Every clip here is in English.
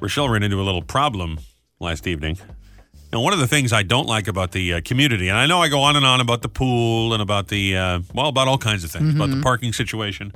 Rochelle ran into a little problem last evening. Now, one of the things I don't like about the uh, community, and I know I go on and on about the pool and about the, uh, well, about all kinds of things, about Mm-hmm. the parking situation.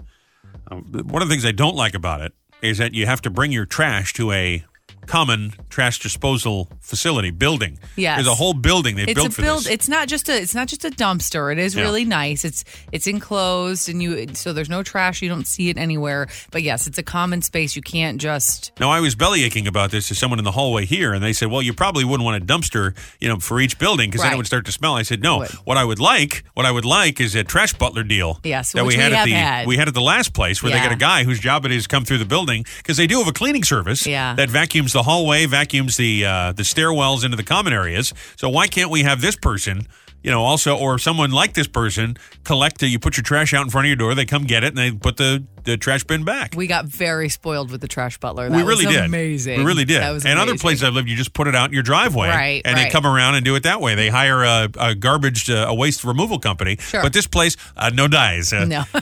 Um, th- one of the things I don't like about it is that you have to bring your trash to a common trash disposal facility building. Yes. There's a whole building they It's built a for build. this. It's not just a. It's not just a dumpster. It is Yeah. really nice. It's it's enclosed and you. So there's no trash. You don't see it anywhere. But yes, it's a common space. You can't just. Now, I was bellyaching about this to someone in the hallway here, and they said, "Well, you probably wouldn't want a dumpster, you know, for each building because then it Right. would start to smell." I said, "No. Would. What I would like, what I would like, is a trash butler deal. Yes, that we which had we at have the had. we had at the last place where they Yeah. got a guy whose job it is to come through the building because they do have a cleaning service Yeah. that vacuums the hallway, vacuums the uh, the stairwells into the common areas. So why can't we have this person?" You know, also, or someone like this person collect. You put your trash out in front of your door. They come get it, and they put the, the trash bin back. We got very spoiled with the trash butler. We That really was did. Amazing. We really did. That was and other amazing. places I've lived, you just put it out in your driveway, Right, And they right. come around and do it that way. They hire a, a garbage, uh, a waste removal company. Sure. But this place, uh, no dies. Uh, No.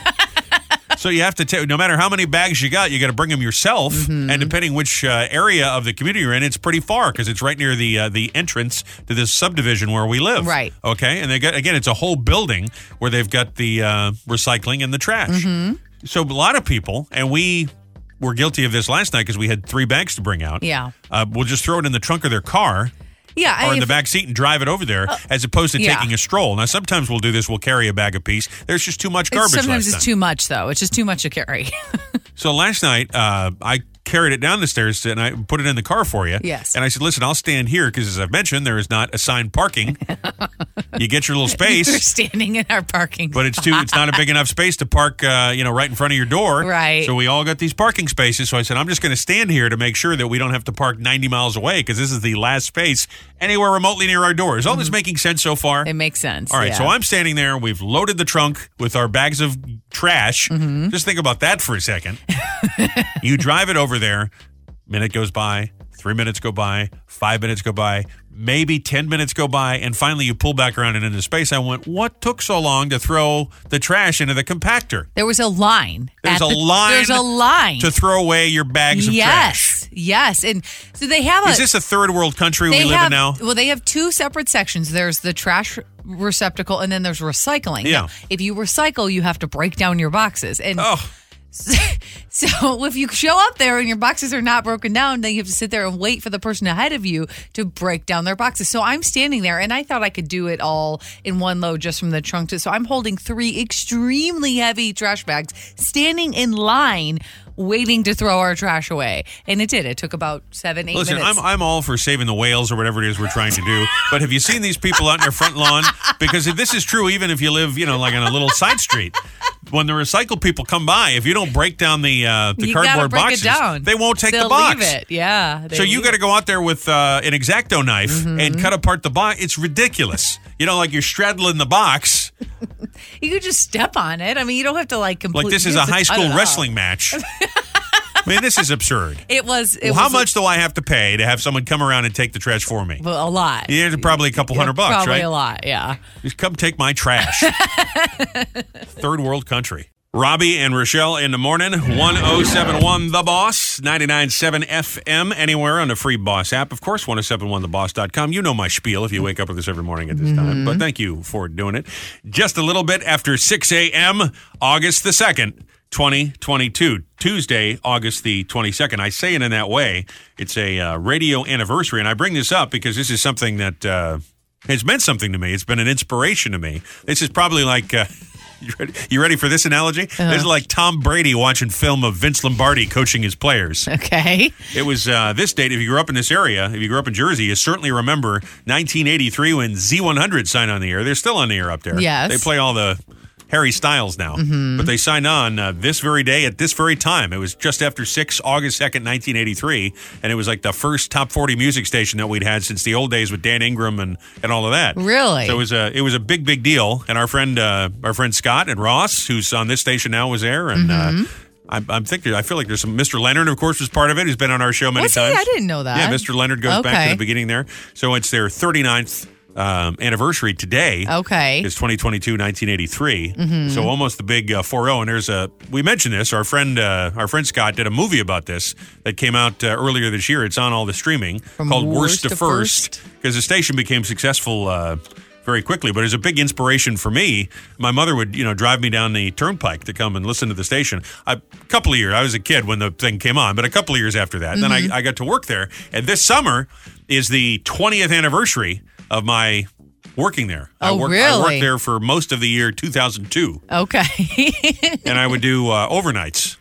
So you have to take. No matter how many bags you got, you got to bring them yourself. Mm-hmm. And depending which uh, area of the community you're in, it's pretty far because it's right near the uh, the entrance to this subdivision where we live. Right. Okay. And they got again, it's a whole building where they've got the uh, recycling and the trash. Mm-hmm. So a lot of people, and we were guilty of this last night because we had three bags to bring out. Yeah. Uh, we'll just throw it in the trunk of their car yeah. I or in mean, the back seat and drive it over there as opposed to Oh, yeah. taking a stroll. Now, sometimes we'll do this. We'll carry a bag apiece. There's just too much it's- garbage last sometimes it's time. too much though. It's just too much to carry. So last night, uh, I carried it down the stairs and I put it in the car for you. Yes. And I said, listen, I'll stand here because, as I've mentioned, there is not assigned parking. you get your little We're space. standing in our parking. But it's too. It's not a big enough space to park, uh, you know, right in front of your door. Right. So we all got these parking spaces. So I said, I'm just going to stand here to make sure that we don't have to park 90 miles away because this is the last space anywhere remotely near our door. Is all Mm-hmm. this making sense so far? it makes sense. All right, yeah. so I'm standing there. We've loaded the trunk with our bags of trash. Mm-hmm. Just think about that for a second. you drive it over there. Minute goes by. Three minutes go by. Five minutes go by. Maybe ten minutes go by, and finally you pull back around and into space. I went, "What took so long to throw the trash into the compactor? There was a line. There's at a the- line. There's a line. to throw away your bags of trash. yes. Yes. And so they have a. Is this a third world country they we live have, in now? Well, they have two separate sections. There's the trash receptacle, and then there's recycling. Yeah. Now, if you recycle, you have to break down your boxes, and Oh, so if you show up there and your boxes are not broken down, then you have to sit there and wait for the person ahead of you to break down their boxes. So I'm standing there, and I thought I could do it all in one load just from the trunk to. So I'm holding three extremely heavy trash bags, standing in line. Waiting to throw our trash away, and it did. It took about seven, eight Listen, minutes. I'm, I'm all for saving the whales or whatever it is we're trying to do. But have you seen these people out in their front lawn? Because if this is true, even if you live, you know, like on a little side street, when the recycle people come by, if you don't break down the uh, the you gotta cardboard break boxes, it down. they won't take They'll the box. Leave it. Yeah. they So you leave got it. to go out there with uh, an exacto knife Mm-hmm. and cut apart the box. It's ridiculous. you know, like you're straddling the box, You could just step on it. I mean, you don't have to like like completely. this is you a have to high cut it school off. wrestling match. I mean, this is absurd. It was. It Well, how was a- much do I have to pay to have someone come around and take the trash for me? well, a lot. Yeah, it's probably a couple hundred bucks, Probably right? a lot. Yeah. Just come take my trash. Third world country. Robbie and Rochelle in the morning, 1071 The Boss, 997 FM, anywhere on the free Boss app. Of course, 1071theboss.com. You know my spiel if you wake up with us every morning at this time, but thank you for doing it. Just a little bit after 6 a.m., August the 2nd, 2022, Tuesday, August the 22nd. I say it in that way. It's a uh, radio anniversary, and I bring this up because this is something that. Uh, it's meant something to me. It's been an inspiration to me. This is probably like. Uh, you ready, you ready for this analogy? This is like Tom Brady watching film of Vince Lombardi coaching his players. Okay. It was uh, this date. If you grew up in this area, if you grew up in Jersey, you certainly remember 1983 when Z100 signed on the air. They're still on the air up there. Yes. They play all the Harry Styles now. But they signed on uh, this very day at this very time. It was just after 6 August 2nd, 1983. And it was like the first top 40 music station that we'd had since the old days with Dan Ingram and, and all of that. Really? So it was a it was a big big deal, and our friend uh, our friend Scott and Ross, who's on this station now, was there, and uh, Mm-hmm. I'm, I'm thinking I feel like there's some Mr. Leonard, of course, was part of it. He's been on our show many Was he? times. I didn't know that. Yeah, Mr. Leonard goes back to Okay. the beginning there, so it's their 39th um, anniversary today. Okay. Mm-hmm. It's 2022, 1983. So almost the big uh, 4-0. And there's a we mentioned this. Our friend uh, our friend Scott did a movie about this that came out uh, earlier this year. It's on all the streaming From called worst Worst, to to First first. because the station became successful uh, very quickly. But it's a big inspiration for me. My mother would you know drive me down the turnpike to come and listen to the station. I- A couple of years I was a kid when the thing came on, but a couple of years after that, Mm-hmm. then I, I got to work there. And this summer is the 20th anniversary of my working there. I Oh, worked, I really? worked there for most of the year 2002, Okay. and I would do uh, overnights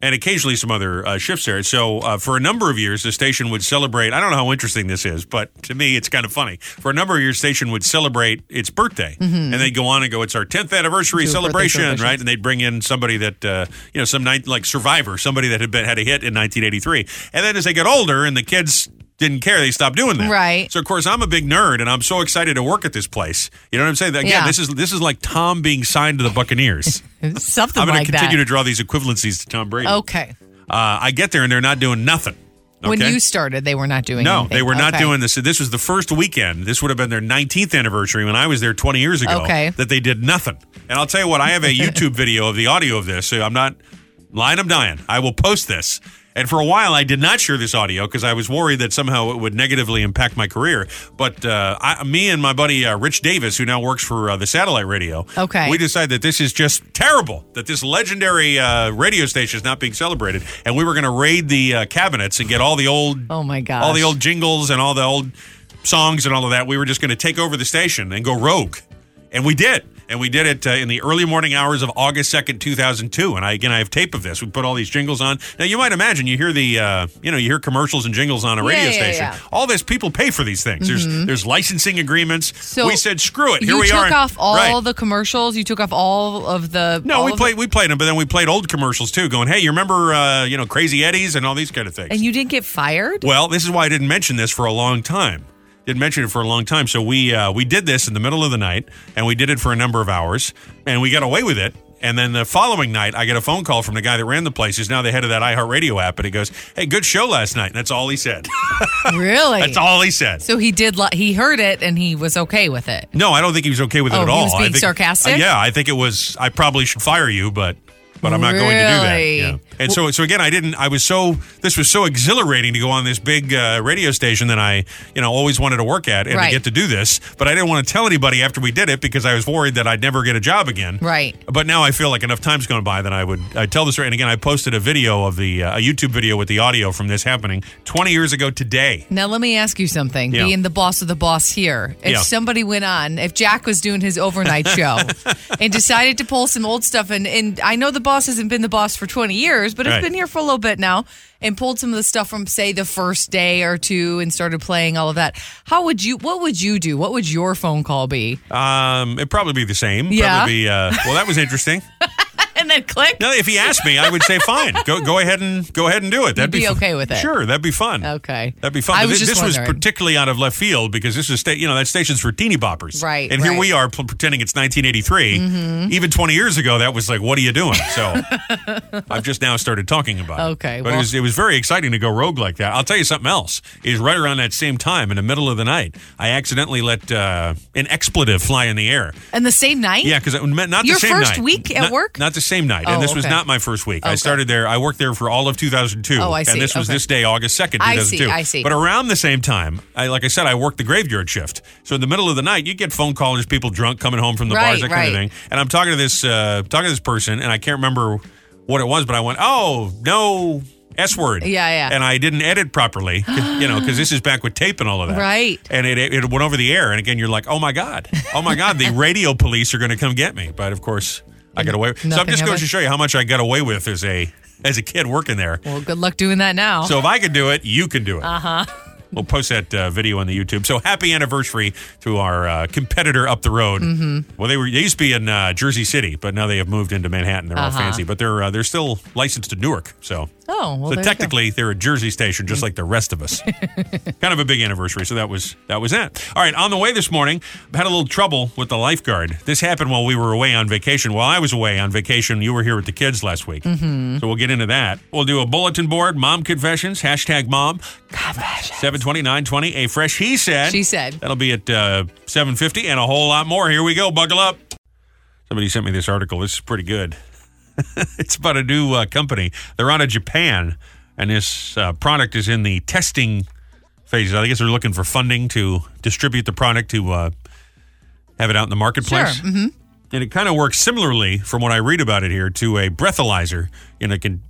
and occasionally some other uh, shifts there. So uh, for a number of years, the station would celebrate. I don't know how interesting this is, but to me, it's kind of funny. For a number of years, the station would celebrate its birthday, and they'd go on and go, "It's our 10th anniversary Do a Mm-hmm. birthday celebration," celebration. right? And they'd bring in somebody that uh, you know, some night like Survivor, somebody that had been had a hit in 1983, and then as they got older and the kids. Didn't care. They stopped doing that. Right. So of course I'm a big nerd, and I'm so excited to work at this place. You know what I'm saying? Again, Yeah. this is this is like Tom being signed to the Buccaneers. Something I'm going like to continue that. Oh. to draw these equivalencies to Tom Brady. okay. Uh, I get there and they're not doing nothing. When okay? you started, they were not doing no, anything. they were not Okay. doing this. This was the first weekend. This would have been their 19th anniversary when I was there 20 years ago. Okay. That they did nothing. And I'll tell you what, I have a YouTube video of the audio of this. So I'm not lying, I'm dying. I will post this. And for a while, I did not share this audio because I was worried that somehow it would negatively impact my career. But uh, I, me and my buddy uh, Rich Davis, who now works for uh, the satellite radio, Okay. we decided that this is just terrible. That this legendary uh, radio station is not being celebrated, and we were going to raid the uh, cabinets and get all the old Oh my gosh. all the old jingles and all the old songs and all of that. We were just going to take over the station and go rogue, and we did. And we did it uh, in the early morning hours of August second, two thousand two. And I again, I have tape of this. We put all these jingles on. Now you might imagine you hear the uh, you know you hear commercials and jingles on a radio yeah, station. yeah. Mm-hmm. All this people pay for these things. There's there's licensing agreements. So we said screw it. Here you we are. took off all Right. the commercials. You took off all of the. No, all we of played we played them, but then we played old commercials too, going, "Hey, you remember uh, you know Crazy Eddie's and all these kind of things." the- and you didn't get fired. well, this is why I didn't mention this for a long time. Didn't mention it for a long time. So we uh, we did this in the middle of the night, and we did it for a number of hours, and we got away with it. And then the following night, I get a phone call from the guy that ran the place, who's now the head of that iHeartRadio app, and he goes, "Hey, good show last night." And that's all he said. really? that's all he said. So he did. Li- he heard it and he was okay with it. No, I don't think he was okay with it Oh, at he all. was I being think- sarcastic? uh, yeah, I think it was. I probably should fire you, but but I'm not going to do that. Really? Yeah. And so so again, I didn't. I was so this was so exhilarating to go on this big uh, radio station that I you know always wanted to work at and to Right. get to do this, but I didn't want to tell anybody after we did it because I was worried that I'd never get a job again. Right. But now I feel like enough time's gone by that I would I tell this story. And again, I posted a video of the uh, a YouTube video with the audio from this happening 20 years ago today. Now let me ask you something. Yeah. Being the boss of the boss here, if Yeah. somebody went on, if Jack was doing his overnight show and decided to pull some old stuff, and and I know the boss hasn't been the boss for twenty years, but Right. it's been here for a little bit now, and pulled some of the stuff from say the first day or two, and started playing all of that. How would you? What would you do? What would your phone call be? Um, it'd probably be the same. Yeah. Probably be, uh, well, that was interesting. and then click. No, if he asked me, I would say fine. Go go ahead and go ahead and do it. That'd You'd be fu- okay with it. Sure, that'd be fun. Okay. That'd be fun. I But was thi- just this was wondering. particularly out of left field because this is state, you know, that station's for teeny boppers. Right, And here right. Mm-hmm. we are pl- pretending it's 1983. Even 20 years ago, that was like, what are you doing? So I've just now started talking about it. Okay, But it, well- was, it was very exciting to go rogue like that. I'll tell you something else is right around that same time in the middle of the night, I accidentally let uh, an expletive fly in the air. And the same night? Yeah, because not Your the same first night. week at Not- work? Not the same night, Oh, and this was okay. not my first week. I Okay. started there. I worked there for all of 2002. Oh, I see. And this was Okay. this day, August second, I see, 2002. I see. But around the same time, I, like I said, I worked the graveyard shift. So in the middle of the night, you get phone callers, people drunk coming home from the bars, Right, that kind of right. thing. And I'm talking to this uh, talking to this person, and I can't remember what it was, but I went, "Oh no." S word. Yeah, yeah. And I didn't edit properly, 'cause, you know, because this is back with tape and all of that. Right. And it, it it went over the air. And again, you're like, oh my God. Oh my God, the radio police are going to come get me. But of course, I got away. So I'm Nothing just going to happened? show you how much I got away with as a as a kid working there. Well, good luck doing that now. So if I could do it, you can do it. Uh Uh-huh. huh. We'll post that uh, video on the YouTube. So happy anniversary to our uh, competitor up the road. Mm-hmm. Well, they were they used to be in Uh-huh. uh, Jersey City, but now they have moved into Manhattan. They're all fancy, but they're uh, they're still licensed to Newark. So Oh, well, so there you go. technically, they're a Jersey station, just like the rest of us. kind of a big anniversary, so that was that was it. All right, on the way this morning, had a little trouble with the lifeguard. This happened while we were away on vacation. While I was away on vacation, you were here with the kids last week, Mm-hmm. so we'll get into that. We'll do a bulletin board, mom confessions, hashtag mom, seven twenty nine twenty, a fresh he said, She said. That'll be at uh, seven fifty, and a whole lot more. Here we go. Buckle up. Somebody sent me this article. This is pretty good. it's about a new uh, company. They're out of Japan, and this uh, product is in the testing phase. I guess they're looking for funding to distribute the product to uh, have it out in the marketplace. Sure, Mm-hmm. And it kind of works similarly, from what I read about it here, to a breathalyzer. You know, it can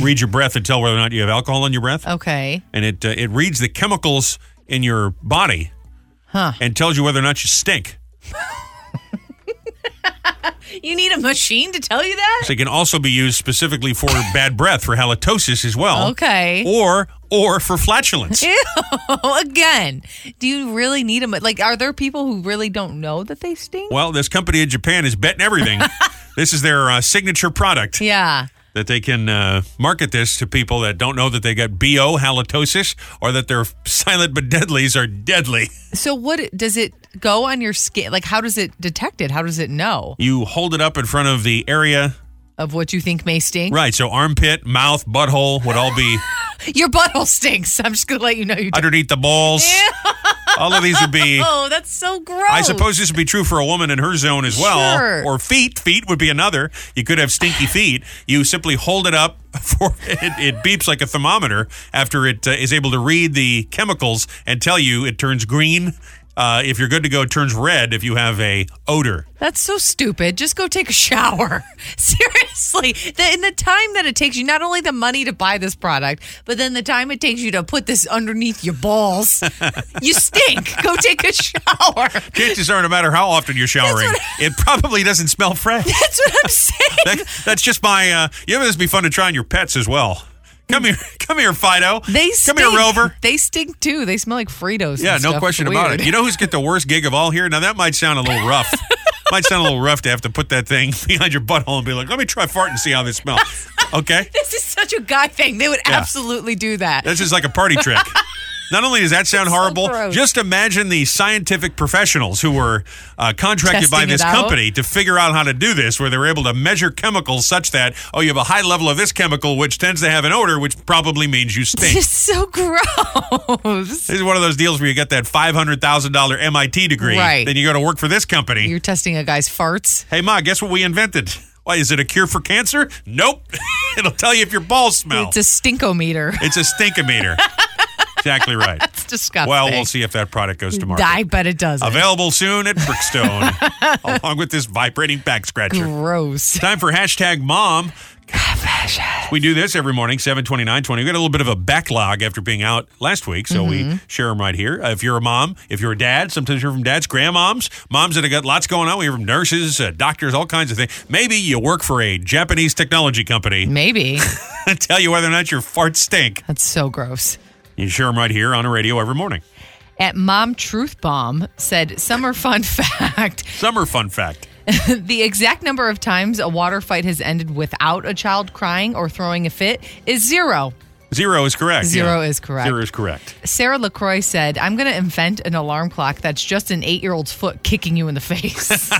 read your breath and tell whether or not you have alcohol in your breath Oh. Okay. and it uh, it reads the chemicals in your body and tells you whether or not you stink. You need a machine to tell you that? So it can also be used specifically for bad breath, for halitosis as well. Okay. Or or for flatulence. Oh, again. Do you really need a ma- like are there people who really don't know that they stink? well, this company in Japan is betting everything. this is their uh, signature product Yeah. that they can uh, market this to people that don't know that they got BO halitosis or that their silent but deadlies are deadly. So what does it go on your skin? Like how does it detect it? How does it know You hold it up in front of the area. of what you think may stink? Right, so armpit, mouth, butthole would all be Your butthole stinks. I'm just gonna let you know you do. underneath the balls. All of these would be. Oh, that's so gross. I suppose this would be true for a woman in her zone as well. Sure. Or feet. Feet would be another. You could have stinky feet. You simply hold it up for it, it beeps like a thermometer after it uh, is able to read the chemicals and tell you it turns green. Uh, if you're good to go, it turns red if you have a odor. That's so stupid. Just go take a shower. Seriously. The, in the time that it takes you, not only the money to buy this product, but then the time it takes you to put this underneath your balls, you stink. Go take a shower. Chances are, no matter how often you're showering, it probably doesn't smell fresh. That's what I'm saying. That, that's just my. Uh, you know, this would be fun to try on your pets as well. Come here, come here, Fido. Mm. They come stink. here, Rover. They stink too. They smell like Fritos. Yeah, and no stuff. question It's about weird. it. You know who's get the worst gig of all here? Now that might sound a little rough. might sound a little rough to have to put that thing behind your butthole and be like, "Let me try fart and see how this smells." Okay, This is such a guy thing. They would Yeah. absolutely do that. this is like a party trick. Not only does that sound horrible, gross. just imagine the scientific professionals who were uh, contracted by Testing it this out. company to figure out how to do this, where they were able to measure chemicals such that, oh, you have a high level of this chemical, which tends to have an odor, which probably means you stink. It's so gross. This is one of those deals where you get that $500,000 MIT degree. Right. Then you go to work for this company. You're testing a guy's farts. Hey, Ma, guess what we invented? Why, is it a cure for cancer? Nope. It'll tell you if your balls smell. It's a stinkometer. It's a, stinkometer. exactly right. It's disgusting. Well, we'll see if that product goes to market. I bet it doesn't. Available soon at Brookstone, along with this vibrating back scratcher. Gross. Time for hashtag mom. We do this every morning, 729 20. We got a little bit of a backlog after being out last week, so Mm-hmm. we share them right here. Uh, if you're a mom, if you're a dad, sometimes you're from dads, grandmoms, moms that have got lots going on. We hear from nurses, uh, doctors, all kinds of things. Maybe you work for a Japanese technology company Maybe. and tell you whether or not your farts stink. That's so gross. You share them right here on the radio every morning. At Mom Truth Bomb said, Summer fun fact Summer fun fact. the exact number of times a water fight has ended without a child crying or throwing a fit is zero. Zero is correct. Zero is correct. Zero is correct. Sarah LaCroix said, I'm going to invent an alarm clock that's just an eight year old's foot kicking you in the face.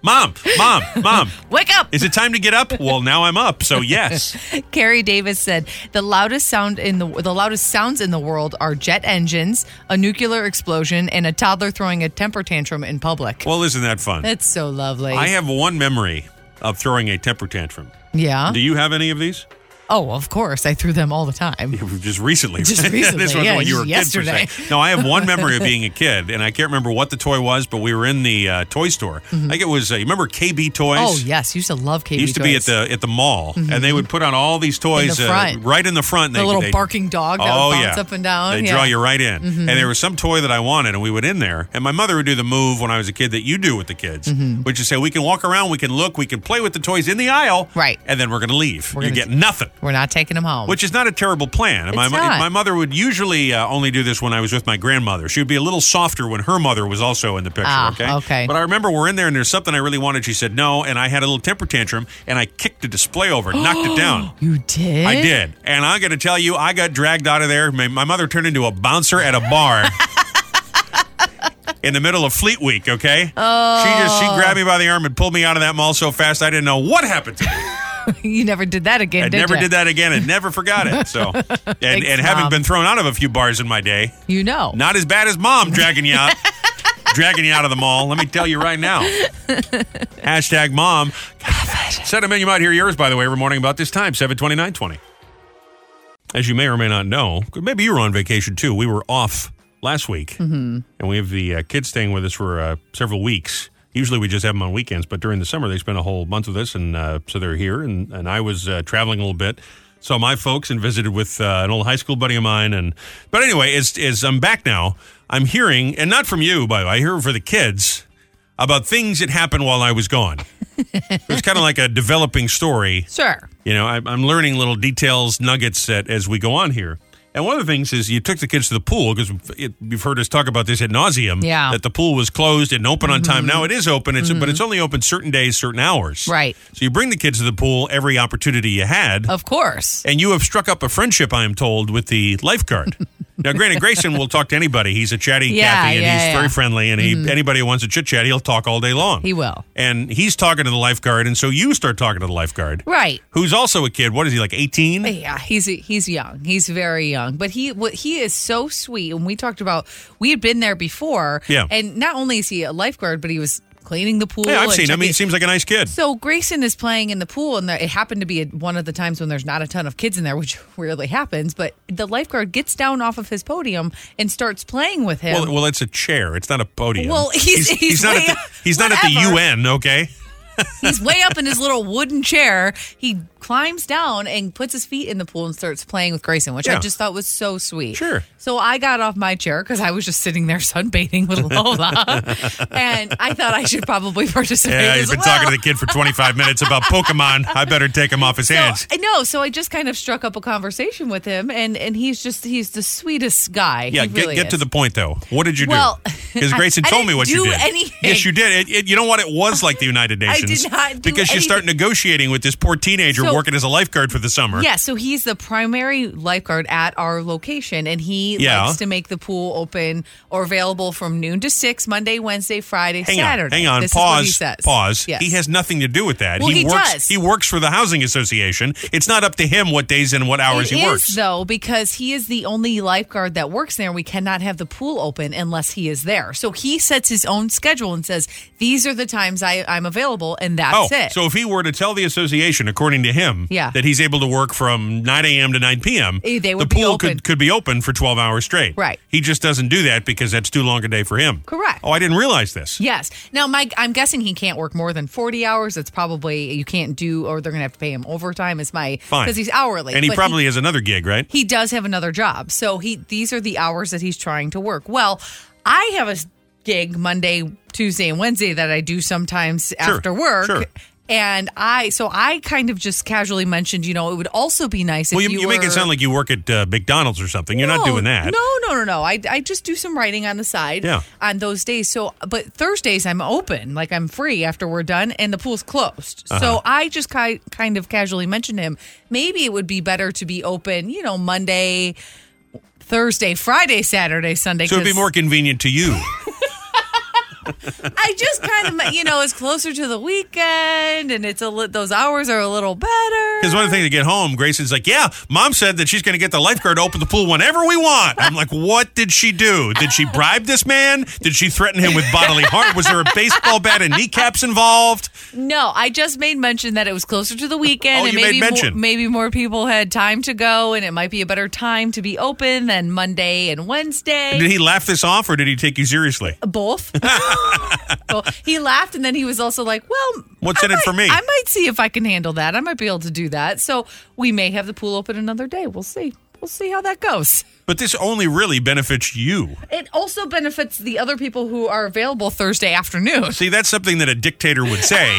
Mom, mom, mom. Wake up! Is it time to get up? Well, now I'm up, so yes. Carrie Davis said the loudest sound in the the loudest sounds in the world are jet engines, a nuclear explosion, and a toddler throwing a temper tantrum in public. Well, isn't that fun? That's so lovely. I have one memory of throwing a temper tantrum. yeah. Do you have any of these? oh, of course, I threw them all the time. Just recently. Just right? recently, this was yeah, when you were a kid just for a yesterday. second. No, I have one memory of being a kid, and I can't remember what the toy was, but we were in the uh, toy store. I think it was, uh, you remember KB Toys? Mm-hmm. Oh yes, used to love KB. It used to be at the at the mall, and they would put on all these toys Mm-hmm. the front. Uh, right in the front. The they, little they- barking dog that would bounce up and down, They yeah. Mm-hmm. draw you right in. And there was some toy that I wanted, and we went in there. And my mother would do the move when I was a kid that you do with the kids, Mm-hmm. which is say we can walk around, we can look, we can play with the toys in the aisle, Right. And then we're going to leave. you gonna get nothing. We're not taking them home. Which is not a terrible plan. my, mo- not. my mother would usually uh, only do this when I was with my grandmother. She would be a little softer when her mother was also in the picture. Ah, okay. okay. But I remember we're in there and there's something I really wanted. She said no, and I had a little temper tantrum and I kicked the display over, knocked it down. you did? I did, and I'm going to tell you, I got dragged out of there. My, my mother turned into a bouncer at a bar. In the middle of Fleet Week, okay? Oh. She just she grabbed me by the arm and pulled me out of that mall so fast I didn't know what happened to me. you never did that again, I did never ya? did that again and never forgot it. So, and, and having Mom. been thrown out of a few bars in my day, You know. not as bad as mom dragging you out, dragging you out of the mall. Let me tell you right now. Hashtag mom. Set them in. You might hear yours, by the way, every morning about this time, 72920. As you may or may not know, maybe you were on vacation too. We were off last week, Mm-hmm. and we have the uh, kids staying with us for uh, several weeks. Usually we just have them on weekends, but during the summer they spend a whole month with us, and uh, so they're here. And, and I was uh, traveling a little bit, saw my folks, and visited with uh, an old high school buddy of mine. And but anyway, as as I'm back now, I'm hearing, and not from you, by the way, I hear from the kids about things that happened while I was gone. it was kind of like a developing story. Sure. You know, I'm, I'm learning little details, nuggets that as we go on here. And one of the things is you took the kids to the pool because you've heard us talk about this ad nauseum. Yeah. Mm-hmm. That the pool was closed and open on time. Now it is open, it's, but it's only open certain days, certain hours. Right. Oh. So you bring the kids to the pool every opportunity you had. Of course. And you have struck up a friendship, I am told, with the lifeguard. now, granted, Grayson will talk to anybody. He's a chatty Yeah, Cathy, and yeah, he's yeah. Mm-hmm. very friendly. And he, anybody who wants to chit chat, he'll talk all day long. He will. And he's talking to the lifeguard, and so you start talking to the lifeguard, Right. who's also a kid. What is he like, eighteen? Yeah, he's he's young. He's very young, but he what he is so sweet. And we talked about we had been there before. Yeah. and not only is he a lifeguard, but he was cleaning the pool. Yeah, I've and seen. him. I mean, checking- he seems like a nice kid. So Grayson is playing in the pool, and there, it happened to be at one of the times when there's not a ton of kids in there, which rarely happens. But the lifeguard gets down off of his podium and starts playing with him. Well, well, it's a chair. It's not a podium. Well, he's- he's not way at the, up- he's not at the whatever. UN. Okay, He's way up in his little wooden chair. He climbs down and puts his feet in the pool and starts playing with Grayson, which Yeah. I just thought was so sweet. Sure. So I got off my chair because I was just sitting there sunbathing with Lola, and I thought I should probably participate. yeah, as he's been well. talking to the kid for twenty five minutes about Pokemon. I better take him off his hands. I know. So I just kind of struck up a conversation with him, and and he's just he's the sweetest guy. Yeah, He get, really get to is. the point though. What did you Well, do? Because I- Grayson I told me didn't what you do did. anything. Yes, you did. It, it, you know what? It was like the United I did Nations. not do because you start anything. negotiating with this poor teenager So- working as a lifeguard for the summer. Yeah, so he's the primary lifeguard at our location, and he Yeah. likes to make the pool open or available from noon to six Monday, Wednesday, Friday, Hang Saturday. on, hang on. This pause. Is what he says. Pause. Yes. He has nothing to do with that. Well, he works. does. He works for the housing association. It's not up to him what days and what hours It he is, works. though because he is the only lifeguard that works there. We cannot have the pool open unless he is there. So he sets his own schedule and says these are the times I, I'm available, and Oh, that's it. so if he were to tell the association, according to him, Yeah. that he's able to work from 9 a.m. to 9 p.m., Eh, they would the be pool open. could, could be open for 12 hours straight. Right. He just doesn't do that because that's too long a day for him. Correct. Oh, I didn't realize this. Yes. Now, Mike, I'm guessing he can't work more than 40 hours. It's probably you can't do, or they're going to have to pay him overtime. Is my Fine. because he's hourly, And he but probably has another gig, right? he does have another job. So he these are the hours that he's trying to work. Well, I have a s- gig Monday, Tuesday, and Wednesday that I do sometimes after work. sure. And I so I kind of just casually mentioned, you know, it would also be nice Well, if you, you, you make were- it sound like you work at uh, McDonald's or something. You're not No, doing that. No, no, no, no. I, I just do some writing on the side Yeah. on those days. So, but Thursdays I'm open, like I'm free after we're done, and the pool's closed. Uh-huh. So I just ki- kind of casually mentioned to him. Maybe it would be better to be open, you know, Monday, Thursday, Friday, Saturday, Sunday. So it'd be 'cause more convenient to you. I just kind of, you know, it's closer to the weekend, and it's a li- those hours are a little better. Because one of the things to get home, Grayson's like, yeah, mom said that she's going to get the lifeguard to open the pool whenever we want. I'm like, what did she do? Did she bribe this man? Did she threaten him with bodily harm? Was there a baseball bat and kneecaps involved? No, I just made mention that it was closer to the weekend, Oh, and you made maybe mention. More, maybe more people had time to go, and it might be a better time to be open than Monday and Wednesday. Did he laugh this off or did he take you seriously? Both. so he laughed, and then he was also like, "Well, What's I in it for might- me?" I might see if I can handle that. I might be able to do that. So we may have the pool open another day. We'll see. We'll see how that goes. But this only really benefits you. It also benefits the other people who are available Thursday afternoon. See, that's something that a dictator would say.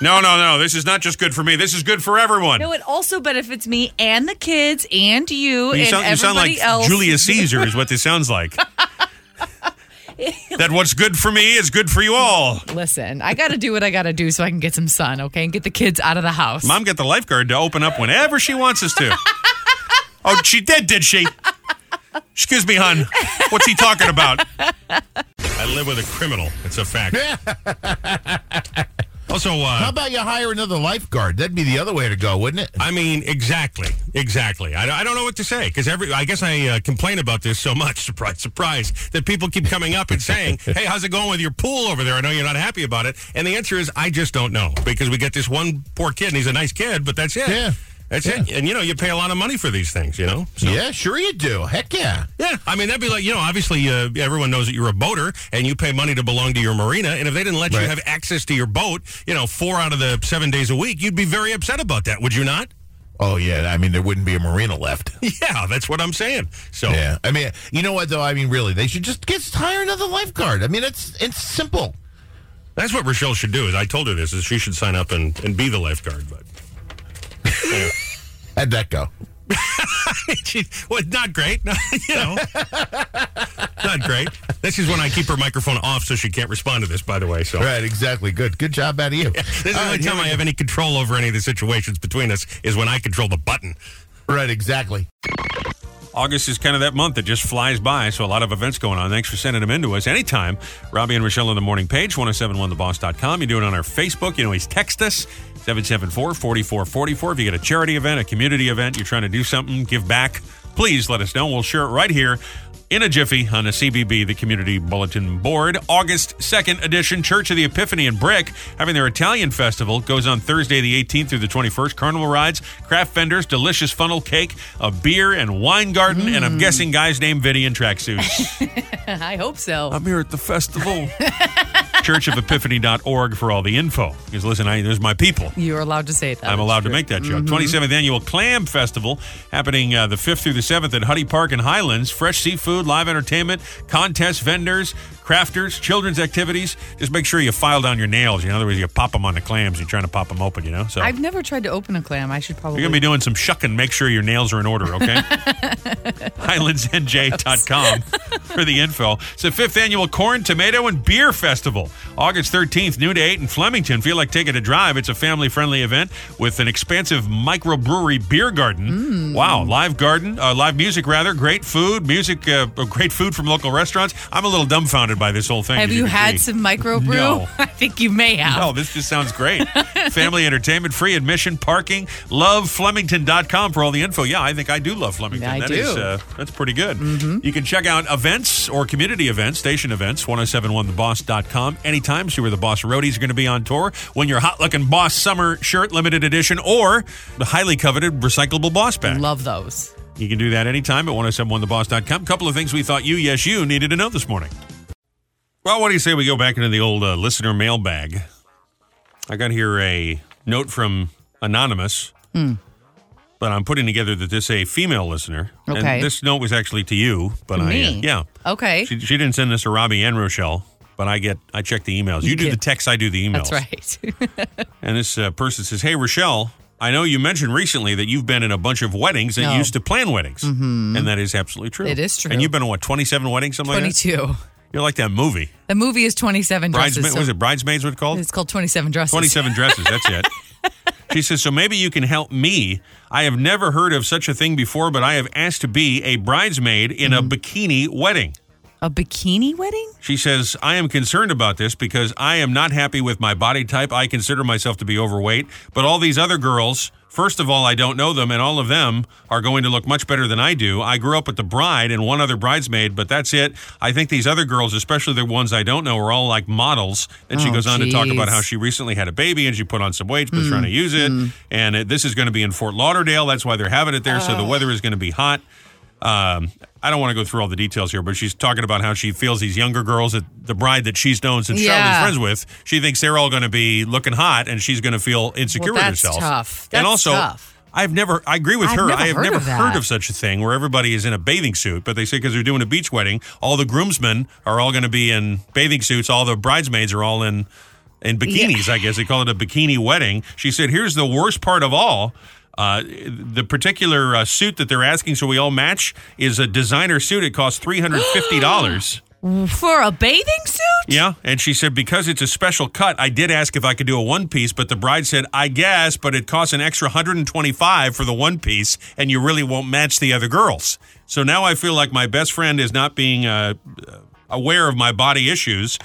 No, no, no. This is not just good for me. This is good for everyone. No, it also benefits me and the kids and you, you, and sound, you sound everybody like else. Julius Caesar is what this sounds like. that what's good for me is good for you all. Listen, I got to do what I got to do so I can get some sun, okay, and get the kids out of the house. Mom got the lifeguard to open up whenever she wants us to. oh, she did, did she? Excuse me, hon. What's he talking about? I live with a criminal. It's a fact. also, How uh, about you hire another lifeguard? That'd be the other way to go, wouldn't it? I mean, exactly, exactly. I, don't- I don't know what to say because every I guess I uh, complain about this so much. Surprise, surprise! That people keep coming up and saying, "Hey, how's it going with your pool over there? I know you're not happy about it." And the answer is, I just don't know because we get this one poor kid, and he's a nice kid, but that's it. Yeah. That's it. And you know, you pay a lot of money for these things. You know. So, Yeah, sure you do. Heck yeah. yeah, I mean that'd be like you know obviously uh, everyone knows that you're a boater and you pay money to belong to your marina and if they didn't let you Right. have access to your boat you know four out of the seven days a week you'd be very upset about that would you not? Oh yeah, I mean there wouldn't be a marina left. Yeah, that's what I'm saying. So Yeah, I mean you know what though? I mean really, they should just get hire another lifeguard. I mean it's it's simple. that's what Rochelle should do. Is I told her this is she should sign up and, and be the lifeguard, but How'd that go? she well, not great. you know, not great. This is when I keep her microphone off so she can't respond to this. By the way, so. Right, exactly. Good, good job out of you. This is the All only right, time I here have any control over any of the situations between us is when I control the button. we- right, exactly. August is kind of that month that just flies by, so a lot of events going on. Thanks for sending them in to us anytime. Robbie and Rochelle on the morning page, 1071theboss.com. You do it on our Facebook. You can always text us, 774 4444. If you get a charity event, a community event, you're trying to do something, give back, please let us know. We'll share it right here in a jiffy on the CBB, the Community Bulletin Board. August 2nd edition, Church of the Epiphany in Brick, having their Italian festival. Goes on Thursday, the 18th through the 21st. Carnival rides, craft vendors, delicious funnel cake, a beer and wine garden, and I'm guessing guys named Vinny in tracksuits. I hope so. I'm here at the festival. Churchofepiphany.org for all the info. Because listen, I, there's my people. You're allowed to say that. I'm allowed to make that joke. 27th annual Clam Festival happening uh, the 5th through the 7th at Huddy Park in Highlands. Fresh seafood, live entertainment, contest vendors, crafters, children's activities. Just make sure you file down your nails. In other words, you pop them on the clams. You're trying to pop them open, you know? So I've never tried to open a clam. I should probably. you're going to be doing some shucking. Make sure your nails are in order, okay? HighlandsNJ.com for the info. It's the fifth annual Corn, Tomato, and Beer Festival. August 13th, noon to 8 in Flemington. Feel like taking a drive. It's a family friendly event with an expansive microbrewery beer Mm. garden. Wow. Live garden, uh, live music, rather. Great food, music, uh, great food from local restaurants. I'm a little dumbfounded by this whole thing. have as you can had see. some microbrew? No. I think you may have. Oh, this just sounds great. Family entertainment, free admission, parking. LoveFlemington.com for all the info. Yeah, I think I do love Flemington. I That do. Mm-hmm. is, uh, that's pretty good. You can check out events or community events, station events, 1071theboss.com anytime. See where the boss roadies are going to be on tour. When your hot looking boss summer shirt limited edition or the highly coveted recyclable boss bag. Love those. You can do that anytime at 1071theboss.com. Couple of things we thought you, yes, you needed to know this morning. Well, what do you say we go back into the old uh, listener mailbag? I got here a note from Anonymous, Hmm. but I'm putting together that this is a female listener. Okay. And this note was actually to you, but I. uh, me? yeah. Okay. She, she didn't send this to Robbie and Rochelle, but I get, I check the emails. You, do get- the text, I do the emails. That's right. Oh, And this uh, person says, Hey, Rochelle, I know you mentioned recently that you've been in a bunch of weddings and No. used to plan weddings. Mm-hmm. And that is absolutely true. It is true. And you've been in, what, 27 weddings, something like that? 22. You're like that movie. The movie is 27 dresses. Bridesma- so was it Bridesmaids, what it's called? It's called 27 dresses. 27 dresses. That's it. She says, So maybe you can help me. I have never heard of such a thing before, but I have asked to be a bridesmaid in Mm-hmm. a bikini wedding. A bikini wedding? She says, I am concerned about this because I am not happy with my body type. I consider myself to be overweight, but all these other girls, first of all, I don't know them, and all of them are going to look much better than I do. I grew up with the bride and one other bridesmaid, but that's it. I think these other girls, especially the ones I don't know, are all like models. And she Oh, goes on to talk about geez. how she recently had a baby and she put on some weight, but trying to Mm. use it. And it, this is going to be in Fort Lauderdale. That's why they're having it there. So Oh. the weather is going to be hot um, I don't want to go through all the details here, but she's talking about how she feels these younger girls, that the bride that she's known since Yeah. childhood is friends with, she thinks they're all going to be looking hot, and she's going to feel insecure with that's herself. tough. and That's also, tough. I've never. I agree with I've her. never I have heard never of heard that. of such a thing where everybody is in a bathing suit, but they say because they're doing a beach wedding, all the groomsmen are all going to be in bathing suits, all the bridesmaids are all in and bikinis. I guess they call it a bikini wedding. She said, "Here's the worst part of all." Uh, the particular uh, suit that they're asking so we all match is a designer suit. It costs three hundred fifty dollars. For a bathing suit? yeah, and she said because it's a special cut, I did ask if I could do a one piece, but the bride said, "I guess, but it costs an extra hundred and twenty-five for the one piece, and you really won't match the other girls." So now I feel like my best friend is not being uh, aware of my body issues.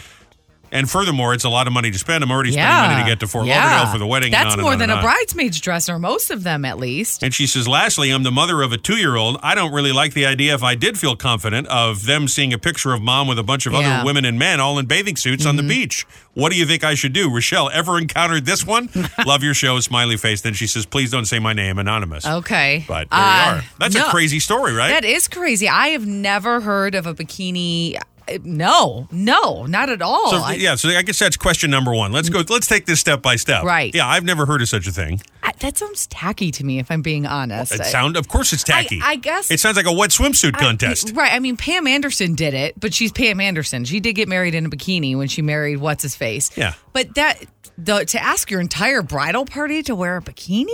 And furthermore, it's a lot of money to spend. I'm already spending money to get to Fort Lauderdale for the wedding. and That's on and more on than and a on. bridesmaid's dress, or most of them at least. And she says, lastly, I'm the mother of a two year old. I don't really like the idea if I did feel confident of them seeing a picture of mom with a bunch of Yeah. Mm-hmm. other women and men all in bathing suits on the beach. What do you think I should do? Rochelle, ever encountered this one? Love your show, smiley face. Then she says, please don't say my name, anonymous. Okay. But there Oh, Uh, we are. That's a no. crazy story, right? That is crazy. I have never heard of a bikini. uh, No, no, not at all. so, I- yeah, so I guess that's question number one. Let's go. Let's take this step by step. Right. Yeah, I've never heard of such a thing. I- that sounds tacky to me, if I'm being honest. It I- sound, of course, it's tacky. I guess- it sounds like a wet swimsuit contest. Right. I mean, Pam Anderson did it, but she's Pam Anderson. She did get married in a bikini when she married what's his face. Yeah. But that the, to ask your entire bridal party to wear a bikini?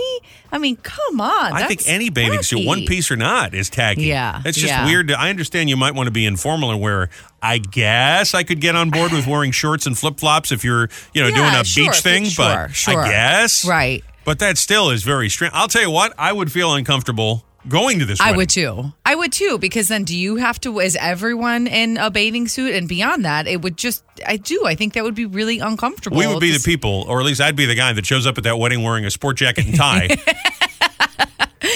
I mean, come on. I think that's any bathing suit, tacky. one piece or not, is tacky. Yeah, It's just yeah. weird. to- I understand you might want to be informal and wear. I guess I could get on board with wearing shorts and flip flops if you're, you know, Yeah, doing a sure, beach if thing, you- but sure, sure. I guess. Right. But that still is very strange. I'll tell you what, I would feel uncomfortable going to this I wedding. would too. I would too, because then do you have to, is everyone in a bathing suit? And beyond that, it would just, I do. I think that would be really uncomfortable. We would be to the s- people, or at least I'd be the guy that shows up at that wedding wearing a sport jacket and tie.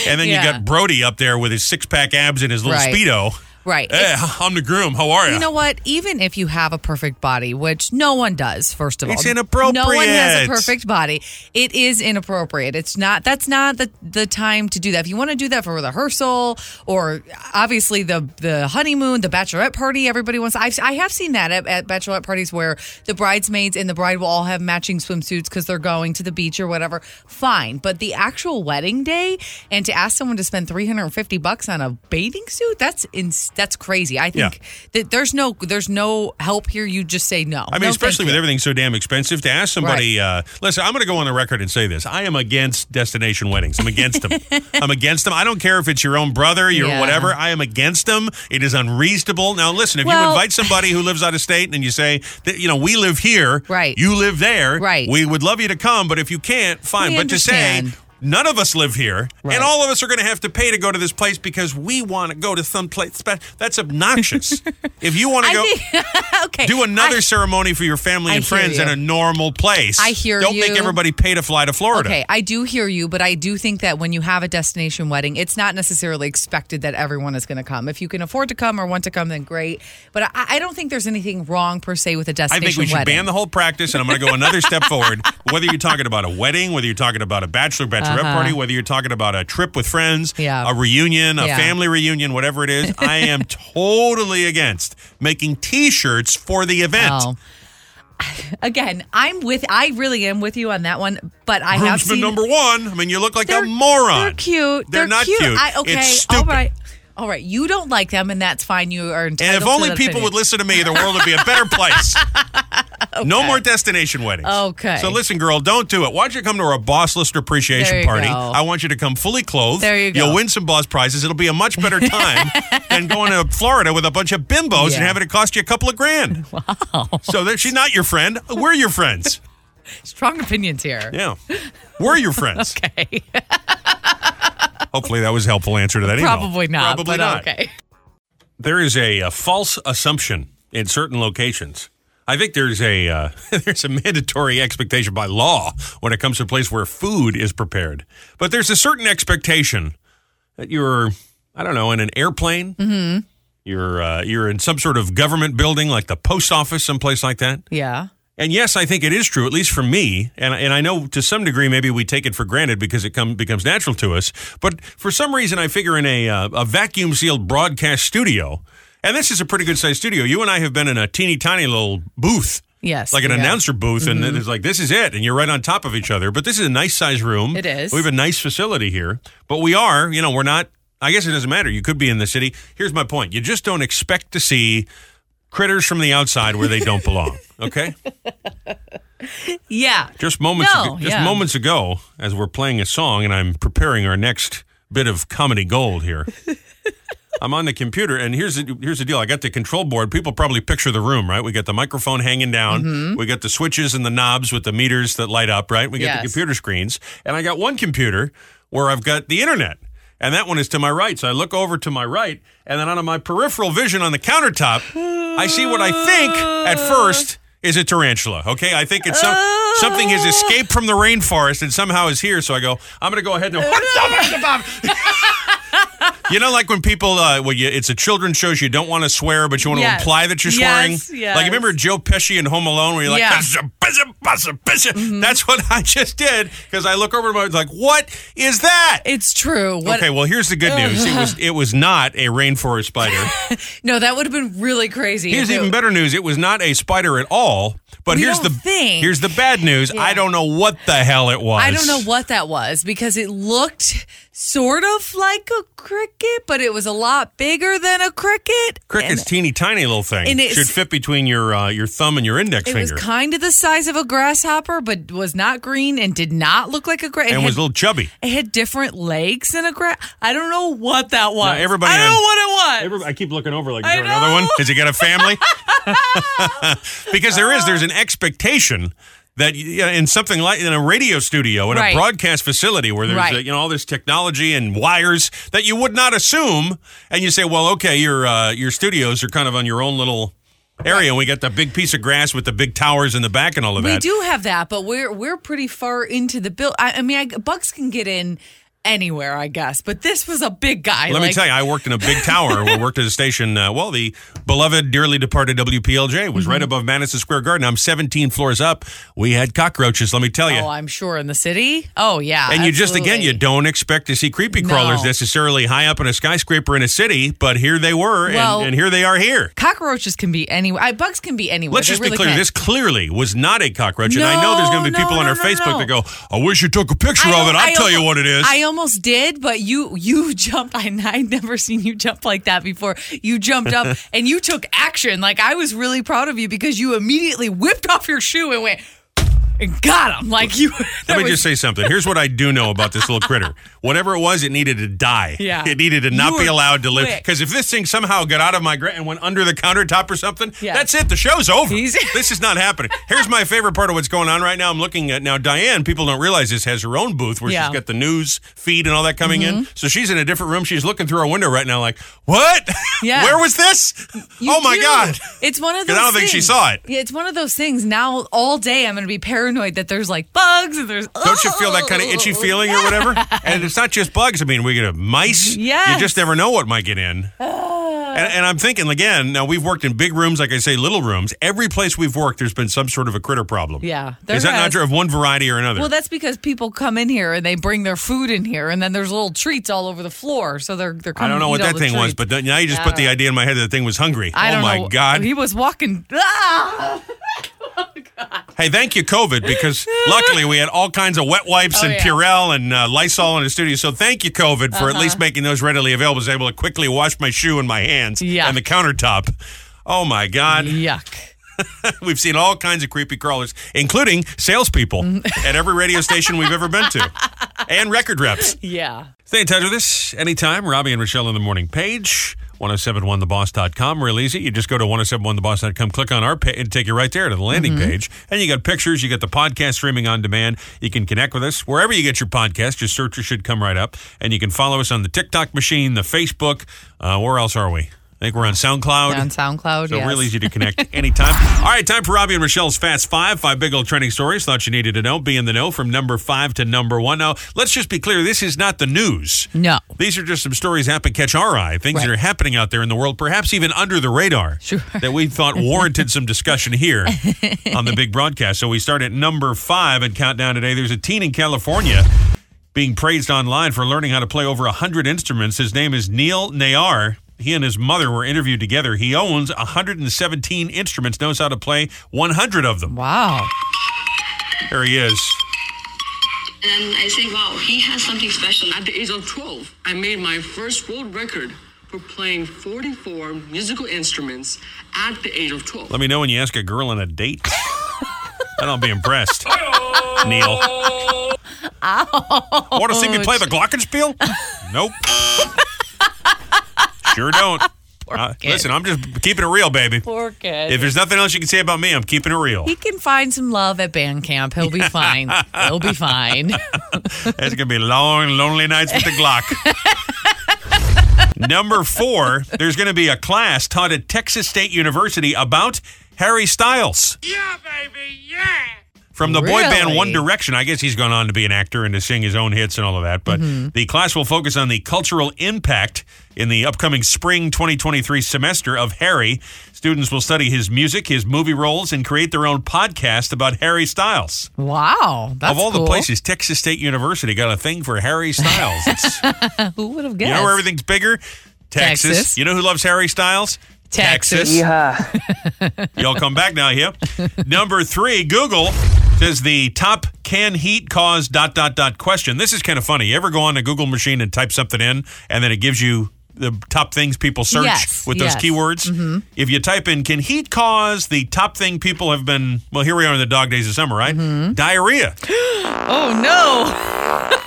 and then Yeah. you got Brody up there with his six pack abs and his little Right. Speedo. Right. Hey, I'm the groom. How are you? You know what? Even if you have a perfect body, which no one does, first of all, It's inappropriate. No one has a perfect body. It is inappropriate. It's not. That's not the the time to do that. If you want to do that for rehearsal or obviously the the honeymoon, the bachelorette party, everybody wants. I've, I have seen that at, at bachelorette parties where the bridesmaids and the bride will all have matching swimsuits because they're going to the beach or whatever. Fine, but the actual wedding day and to ask someone to spend three hundred and fifty bucks on a bathing suit that's ins- that's crazy. I Yeah. think that there's no there's no help here. You just say no. I mean, especially with everything so damn expensive, to ask somebody, uh, listen, I'm going to go on the record and say this. I am against destination weddings. I'm against them. I'm against them. I don't care if it's your own brother, your Yeah. whatever. I am against them. It is unreasonable. Now, listen, if you Well- invite somebody who lives out of state and you say, that, you know, we live here, Right. you live there, Right. we would love you to come, but if you can't, fine. We but to understand. say, None of us live here, Right. and all of us are going to have to pay to go to this place because we want to go to some place. spe- That's obnoxious. if you want to I go, think, okay. do another I- ceremony for your family I and hear friends you. in a normal place. I hear Don't you. make everybody pay to fly to Florida. Okay, I do hear you, but I do think that when you have a destination wedding, it's not necessarily expected that everyone is going to come. If you can afford to come or want to come, then great. But I, I don't think there's anything wrong per se with a I destination think we should wedding. ban the whole practice, and I'm going to go another step forward. Whether you're talking about a wedding, whether you're talking about a bachelor, bachelorette party, whether you're talking about a trip with friends, Uh-huh. Yeah. a reunion, a Yeah. family reunion, whatever it is, I am totally against making t shirts for the event. Oh. Again, I'm with. I really am with you on that one. But I have Groomsman seen number one. I mean, you look like a they're- moron. They're cute. They're, not cute. I, okay. It's stupid. All right. All right. You don't like them, and that's fine. You are entitled. And if to only that people opinion. would listen to me, the world would be a better place. No more destination weddings. Okay. So listen, girl, don't do it. Why don't you come to our boss listener appreciation There you party? go. I want you to come fully clothed. There you go. You'll win some boss prizes. It'll be a much better time than going to Florida with a bunch of bimbos and Yeah. having it cost you a couple of grand. Wow. So that she's not your friend. We're your friends. Strong opinions here. Yeah. We're your friends. Okay. Hopefully that was a helpful answer to that email. Probably not. Probably but not. Okay. there is a, uh false assumption in certain locations. I think there's a uh, there's a mandatory expectation by law when it comes to a place where food is prepared, but there's a certain expectation that you're I don't know in an airplane, mm-hmm. you're uh, you're in some sort of government building like the post office, someplace like that, Yeah. and yes, I think it is true, at least for me. And, and I know to some degree, maybe we take it for granted because it come, becomes natural to us. But for some reason, I figure in a, uh, a vacuum sealed broadcast studio, and this is a pretty good sized studio. You and I have been in a teeny tiny little booth. Yes, Like an we have. announcer booth, and Mm-hmm. then it's like, this is it. And you're right on top of each other. But this is a nice size room. It is. We have a nice facility here. But we are, you know, we're not, I guess it doesn't matter. You could be in the city. Here's my point you just don't expect to see critters from the outside where they don't belong. Okay? Yeah. Just moments No, ago, just yeah. moments ago, as we're playing a song and I'm preparing our next bit of comedy gold here. I'm on the computer, and here's the, here's the deal. I got the control board. People probably picture the room, right? We got the microphone hanging down. We got the switches and the knobs with the meters that light up, right? We got Yes. the computer screens, and I got one computer where I've got the internet, and that one is to my right. So I look over to my right, and then on my peripheral vision on the countertop, I see what I think at first is a tarantula. Okay, I think it's some, something has escaped from the rainforest and somehow is here. So I go, I'm going to go ahead and. You know, like when people, uh, well, you, it's a children's shows. You don't want to swear, but you want to Yes. imply that you're swearing. Yes, yes. Like you remember Joe Pesci in Home Alone, where you're like, Yeah. Mm-hmm. "Pizza, pizza, pizza, pizza." that's what I just did because I look over to my it's like, what is that? It's true. What, okay, well, here's the good news. It was it was not a rainforest spider. No, that would have been really crazy. Here's if it- even better news. It was not a spider at all. But We here's don't the think. here's the bad news. I don't know what the hell it was. I don't know what that was because it looked sort of like a cricket, but it was a lot bigger than a cricket. Cricket's teeny tiny little thing and it's- should fit between your uh, your thumb and your index It was finger. kind of the size of a grasshopper, but was not green and did not look like a grass. and was a little chubby. It had different legs than a grass. I don't know what that was. everybody I don't on- know what it was. Everybody, I keep looking over like, is I there another know. one? Has he got a family? because there is, there's an expectation that yeah, in something like in a radio studio, in Right. a broadcast facility where there's Right. uh, you know all this technology and wires that you would not assume, and you say, well, okay, your uh, your studios are kind of on your own little area, and we got the big piece of grass with the big towers in the back and all of we that. do have that, but we're we're pretty far into the build. I, I mean, I, bugs can get in anywhere, I guess. But this was a big guy. Let me like- tell you, I worked in a big tower. we worked at a station. Uh, well, the beloved, dearly departed WPLJ was Mm-hmm. right above Madison Square Garden. I'm 17 floors up. We had cockroaches. Let me tell you. Oh, I'm sure in the city. Oh yeah, and you just again, you absolutely. don't expect to see creepy crawlers No. necessarily high up in a skyscraper in a city, but here they were, Well- and, and here they are here. cockroaches can be anywhere. I, bugs can be anywhere. Let's They just be really clear. can. This clearly was not a cockroach, and I know there's going to be No, people on no, our no, Facebook no. that go, "I wish you took a picture I of it." al- I'll I tell you almo- what it is. I almost did, but you you jumped. I I'd never seen you jump like that before. You jumped up and you took action. Like I was really proud of you because you immediately whipped off your shoe and went and got him. Like you. Let that me was- just say something. Here's what I do know about this little critter. Whatever it was, it needed to die. Yeah. It needed to You not be were allowed to live. quick. Because if this thing somehow got out of my grant and went under the countertop or something, Yeah. that's it. The show's over. He's- this is not happening. Here's my favorite part of what's going on right now. I'm looking at now Diane, people don't realize this, has her own booth where Yeah. Mm-hmm. she's got the news feed and all that coming in. So she's in a different room. She's looking through her window right now, like, what? Yeah. Where was this? You oh my do. God. It's one of 'Cause I those. don't think she things. saw it. Yeah, it's one of those things. Now all day I'm going to be paranoid that there's like bugs and there's. Don't you feel that kind of itchy feeling or whatever? And it's not just bugs. I mean, we get a mice. You Yes. Ah. just never know what might get in. And, and I'm thinking again. Now we've worked in big rooms, like I say, little rooms. Every place we've worked, there's been some sort of a critter problem. Yeah, there is that not has. true of one variety or another? Well, that's because people come in here and they bring their food in here, and then there's little treats all over the floor. So they're they're. I don't Coming know to what eat all that the thing was, treats. but now you just I put the don't- idea in my head that the thing was hungry. I oh don't my know. god! he was walking. Ah! Hey, thank you, COVID, because luckily we had all kinds of wet wipes Oh, and yeah. Uh-huh. Purell and uh, Lysol in the studio. So thank you, COVID, for at least making those readily available. I was able to quickly wash my shoe and my hands Yeah. and the countertop. Oh my God! Yuck. Mm-hmm. We've seen all kinds of creepy crawlers, including salespeople Mm. at every radio station we've ever been to, and record reps. Yeah. Stay in touch with us anytime. Robbie and Rochelle in the morning page, 1071theboss.com. Real easy. You just go to 1071theboss.com, click on our page, and take you right there to the landing page. And you got pictures, you got the podcast streaming on demand. You can connect with us wherever you get your podcast. Your searcher should come right up. And you can follow us on the TikTok machine, the Facebook. Uh, where else are we? I think we're on SoundCloud. On SoundCloud. So yes. real easy to connect anytime. All right, time for Robbie and Rochelle's Fast Five. Five big old trending stories. Thought you needed to know. Be in the know from number five to number one. Now, let's just be clear. This is not the news. No. These are just some stories that happen catch our eye. Things that Right. are happening out there in the world, perhaps even under the radar, Sure. that we thought warranted some discussion here on the big broadcast. So we start at number five and countdown today. There's a teen in California being praised online for learning how to play over 100 instruments. His name is Neil Nayar. He and his mother were interviewed together. He owns 117 instruments, knows how to play 100 of them. Wow. There he is. And I say, wow, he has something special. At the age of 12, I made my first world record for playing 44 musical instruments at the age of 12. Let me know when you ask a girl on a date. and I'll be impressed. Neil. Want to see me play the Glockenspiel? Nope. sure don't. Uh, listen, I'm just keeping it real, baby. Poor kid. If there's nothing else you can say about me, I'm keeping it real. he can find some love at band camp. He'll be fine. He'll be fine. That's gonna be long, lonely nights with the Glock. Number four, there's gonna be a class taught at Texas State University about Harry Styles. Yeah, baby, yeah. From the boy band Really? One Direction, I guess he's gone on to be an actor and to sing his own hits and all of that. But the class will focus on the cultural impact in the upcoming spring 2023 semester of Harry. Students will study his music, his movie roles, and create their own podcast about Harry Styles Wow. That's of all cool. the places, Texas State University got a thing for Harry Styles. It's, who would have you guessed? know where everything's bigger? Texas. Texas. You know who loves Harry Styles? Texas. Y'all come back now, yeah. Number three, Google says the top can heat cause dot dot dot question. This is kind of funny. You ever go on a Google machine and type something in, and then it gives you the top things people search Yes, with yes. Mm-hmm. those keywords? If you type in can heat cause, the top thing people have been well, here we are in the dog days of summer, right? Mm-hmm. Diarrhea. Oh no.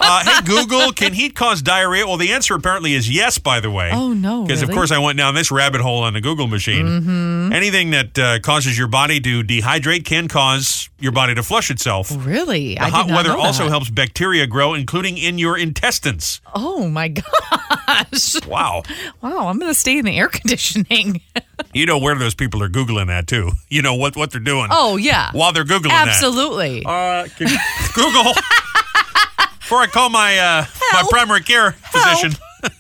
uh, hey Google, can heat cause diarrhea? Well, the answer apparently is yes. By the way, Oh, no, because of really? course I went down this rabbit hole on the Google machine. Mm-hmm. Anything that uh, causes your body to dehydrate can cause your body to flush itself. Really? Oh, The I did hot not weather know also that. helps bacteria grow, including in your intestines. Oh my gosh. Wow, Wow, I'm going to stay in the air conditioning. you know where those people are googling that too. You know what what they're doing. Oh yeah. while they're googling Absolutely. that. Absolutely. Google. Before I call my uh, my primary care physician,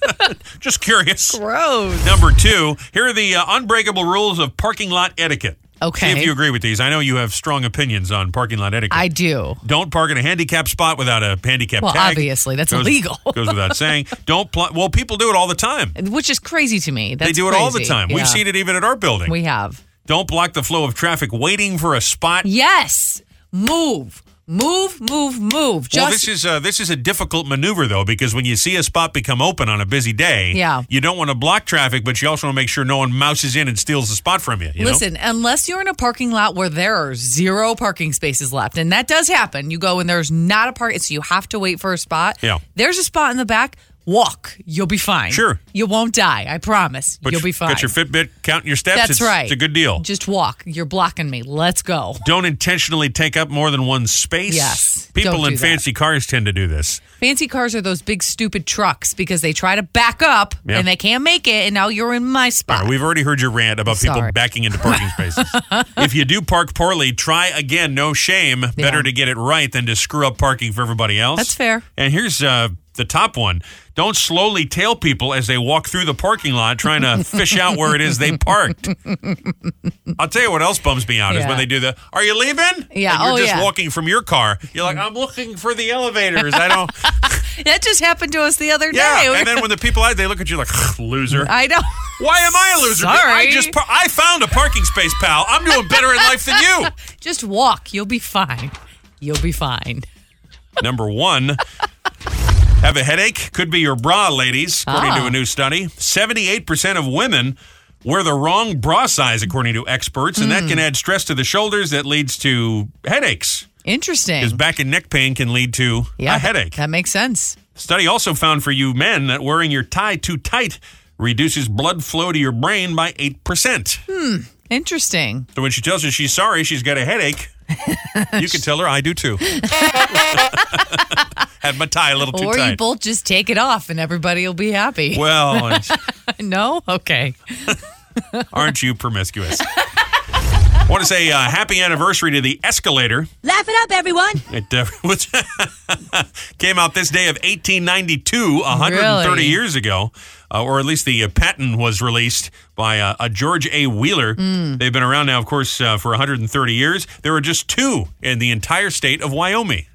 just curious. Gross. Number two, here are the uh, unbreakable rules of parking lot etiquette. Okay. See if you agree with these. I know you have strong opinions on parking lot etiquette. I do. Don't park in a handicap spot without a handicap Well, tag. obviously, that's illegal. goes without saying. Don't pl- well, people do it all the time. Which is crazy to me. That's they do it all the crazy. time. Yeah. We've seen it even at our building. We have. Don't block the flow of traffic waiting for a spot. Yes. Move. Move, move, move. Just well, this is uh, this is a difficult maneuver though because when you see a spot become open on a busy day, Yeah. you don't want to block traffic, but you also want to make sure no one mouses in and steals the spot from you. you know? Listen, unless you're in a parking lot where there are zero parking spaces left, and that does happen, you go and there's not a park, so you have to wait for a spot. Yeah. There's a spot in the back. Walk. You'll be fine. Sure. You won't die. I promise. Put You'll your- be fine. Got your Fitbit counting your steps. That's it's, right. It's a good deal. Just walk. You're blocking me. Let's go. don't intentionally take up more than one space. Yes, People don't in do that. fancy cars tend to do this. Fancy cars are those big stupid trucks because they try to back up Yeah. and they can't make it, and now you're in my All spot. right, we've already heard your rant about people Sorry. backing into parking spaces. if you do park poorly, try again. No shame. Better to get it right than to screw up parking for everybody else. That's fair. And here's uh, the top one don't slowly tail people as they walk through the parking lot trying to fish out where it is they parked. I'll tell you what else bums me out is Yeah. when they do the, are you leaving? Yeah, And you're oh, just yeah. Mm. walking from your car. You're like, I'm looking for the elevators. I don't. that just happened to us the other day. Yeah, and then when the people out, they look at you like loser. I know. Why am I a loser? I Sorry. just par- I found a parking space, pal. I'm doing better in life than you. Just walk. You'll be fine. You'll be fine. Number one. Have a headache? Could be your bra, ladies, according Ah. to a new study. 78% of women wear the wrong bra size, according to experts, and that Hmm. can add stress to the shoulders that leads to headaches. Interesting. Because back and neck pain can lead to yeah, a headache. That makes sense. Study also found for you men that wearing your tie too tight reduces blood flow to your brain by 8%. Interesting. So when she tells you she's sorry, she's got a headache, you can tell her I do too. Had my tie a little too Or you tight. both just take it off and everybody will be happy. well, no? Okay. aren't you promiscuous? want to say uh, happy anniversary to the escalator. Laugh it up, everyone. It uh, which came out this day of 1892, 130 Really? years ago, uh, or at least the uh, patent was released by uh, a George A. Wheeler. Hmm. They've been around now, of course, uh, for 130 years. There were just two in the entire state of Wyoming.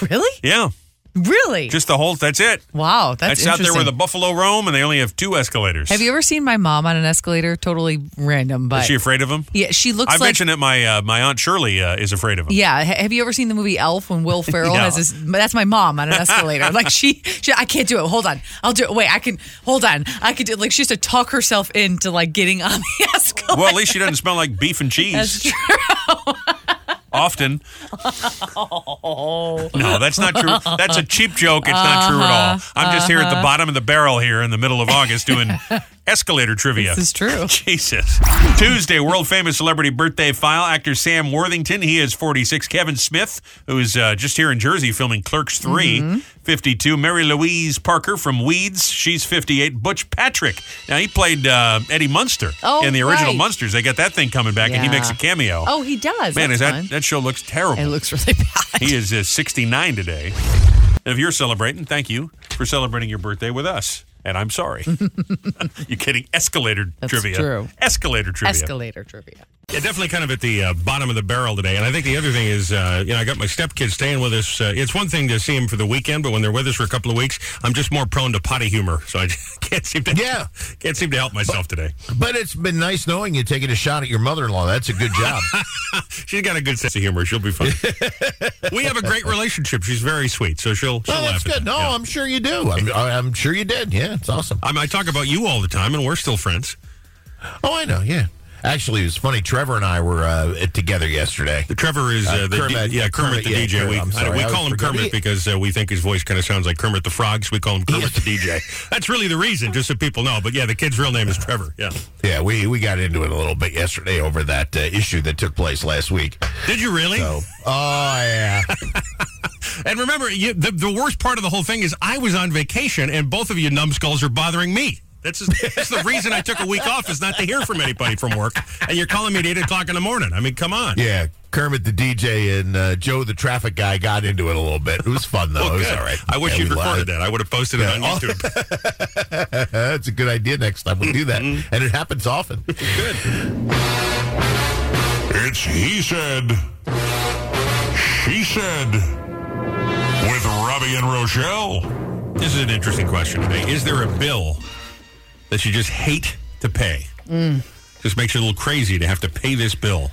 Really? Yeah. Really? Just the whole. That's it. wow. That's, That's out there where interesting. the buffalo roam, and they only have two escalators. Have you ever seen my mom on an escalator? Totally random, but Is she afraid of them? yeah, she looks I like. mentioned that my uh, my aunt Shirley uh, is afraid of them. yeah, ha- have you ever seen the movie Elf when Will Ferrell No. has his? That's my mom on an escalator. like she, she, I can't do it. Hold on, I'll do it. Wait, I can. Hold on, I could do. Like she used to talk herself into like getting on the escalator. Well, at least she doesn't smell like beef and cheese. That's true. Often. Oh. No, that's not true. That's a cheap joke. It's not true at all. Uh-huh, I'm just here at the bottom of the barrel here in the middle of August doing escalator trivia. This is true. Jesus. Tuesday, world famous celebrity birthday file. Actor Sam Worthington, he is 46. Kevin Smith, who is uh, just here in Jersey filming Clerks 3, Mm-hmm. 52. Mary Louise Parker from Weeds, she's 58. Butch Patrick, now he played uh, Eddie Munster Oh, in the original right. Munsters. They got that thing coming back, and he Yeah. makes a cameo. Oh, he does. Man, That's is fun. that, that show looks terrible. It looks really bad. He is uh, 69 today. If you're celebrating, thank you for celebrating your birthday with us. And I'm sorry. you're kidding. Escalator That's trivia. true. Escalator trivia. Escalator trivia. Yeah, definitely kind of at the uh, bottom of the barrel today. And I think the other thing is, uh, you know, I got my stepkids staying with us. Uh, it's one thing to see them for the weekend, but when they're with us for a couple of weeks, I'm just more prone to potty humor. So I just can't seem to Yeah. can't seem to help myself today. But it's been nice knowing you taking a shot at your mother in law. That's a good job. Oh, She's got a good sense of humor. She'll be fine. we have a great relationship. She's very sweet, so she'll. she'll oh, laugh that's at that. good. No, Yeah. I'm sure you do. I'm, I- I'm sure you did. Yeah, it's awesome. I, mean, I talk about you all the time, and we're still friends. Oh, I know. Yeah. Actually, it was funny. Trevor and I were uh, together yesterday. The Trevor is uh, the Kermit. D- yeah Kermit, Kermit, the yeah, DJ. Kermit, we I'm I- sorry, we I call always him forget. Kermit He- because uh, we think his voice kind of sounds like Kermit the Frog, so we call him Kermit the DJ. That's really the reason, just so people know. But yeah, the kid's real name is Trevor. Yeah. Yeah, we, we got into it a little bit yesterday over that uh, issue that took place last week. Did you really? So, oh, yeah. And remember, you, the, the worst part of the whole thing is I was on vacation, and both of you numbskulls are bothering me. That's, just, that's the reason I took a week off is not to hear from anybody from work. And you're calling me at eight o'clock in the morning. I mean, come on. Yeah, Kermit the DJ and uh, Joe the traffic guy got into it a little bit. It was fun, though. Oh, it was Good. all right. I wish Yeah, you'd we recorded lied. that. I would have posted it on Yeah. YouTube. That's a good idea next time we do that. Mm-hmm. and it happens often. It's He Said, She Said, with Robbie and Rochelle. This is an interesting question today. Is there a bill that you just hate to pay? Just makes you a little crazy to have to pay this bill.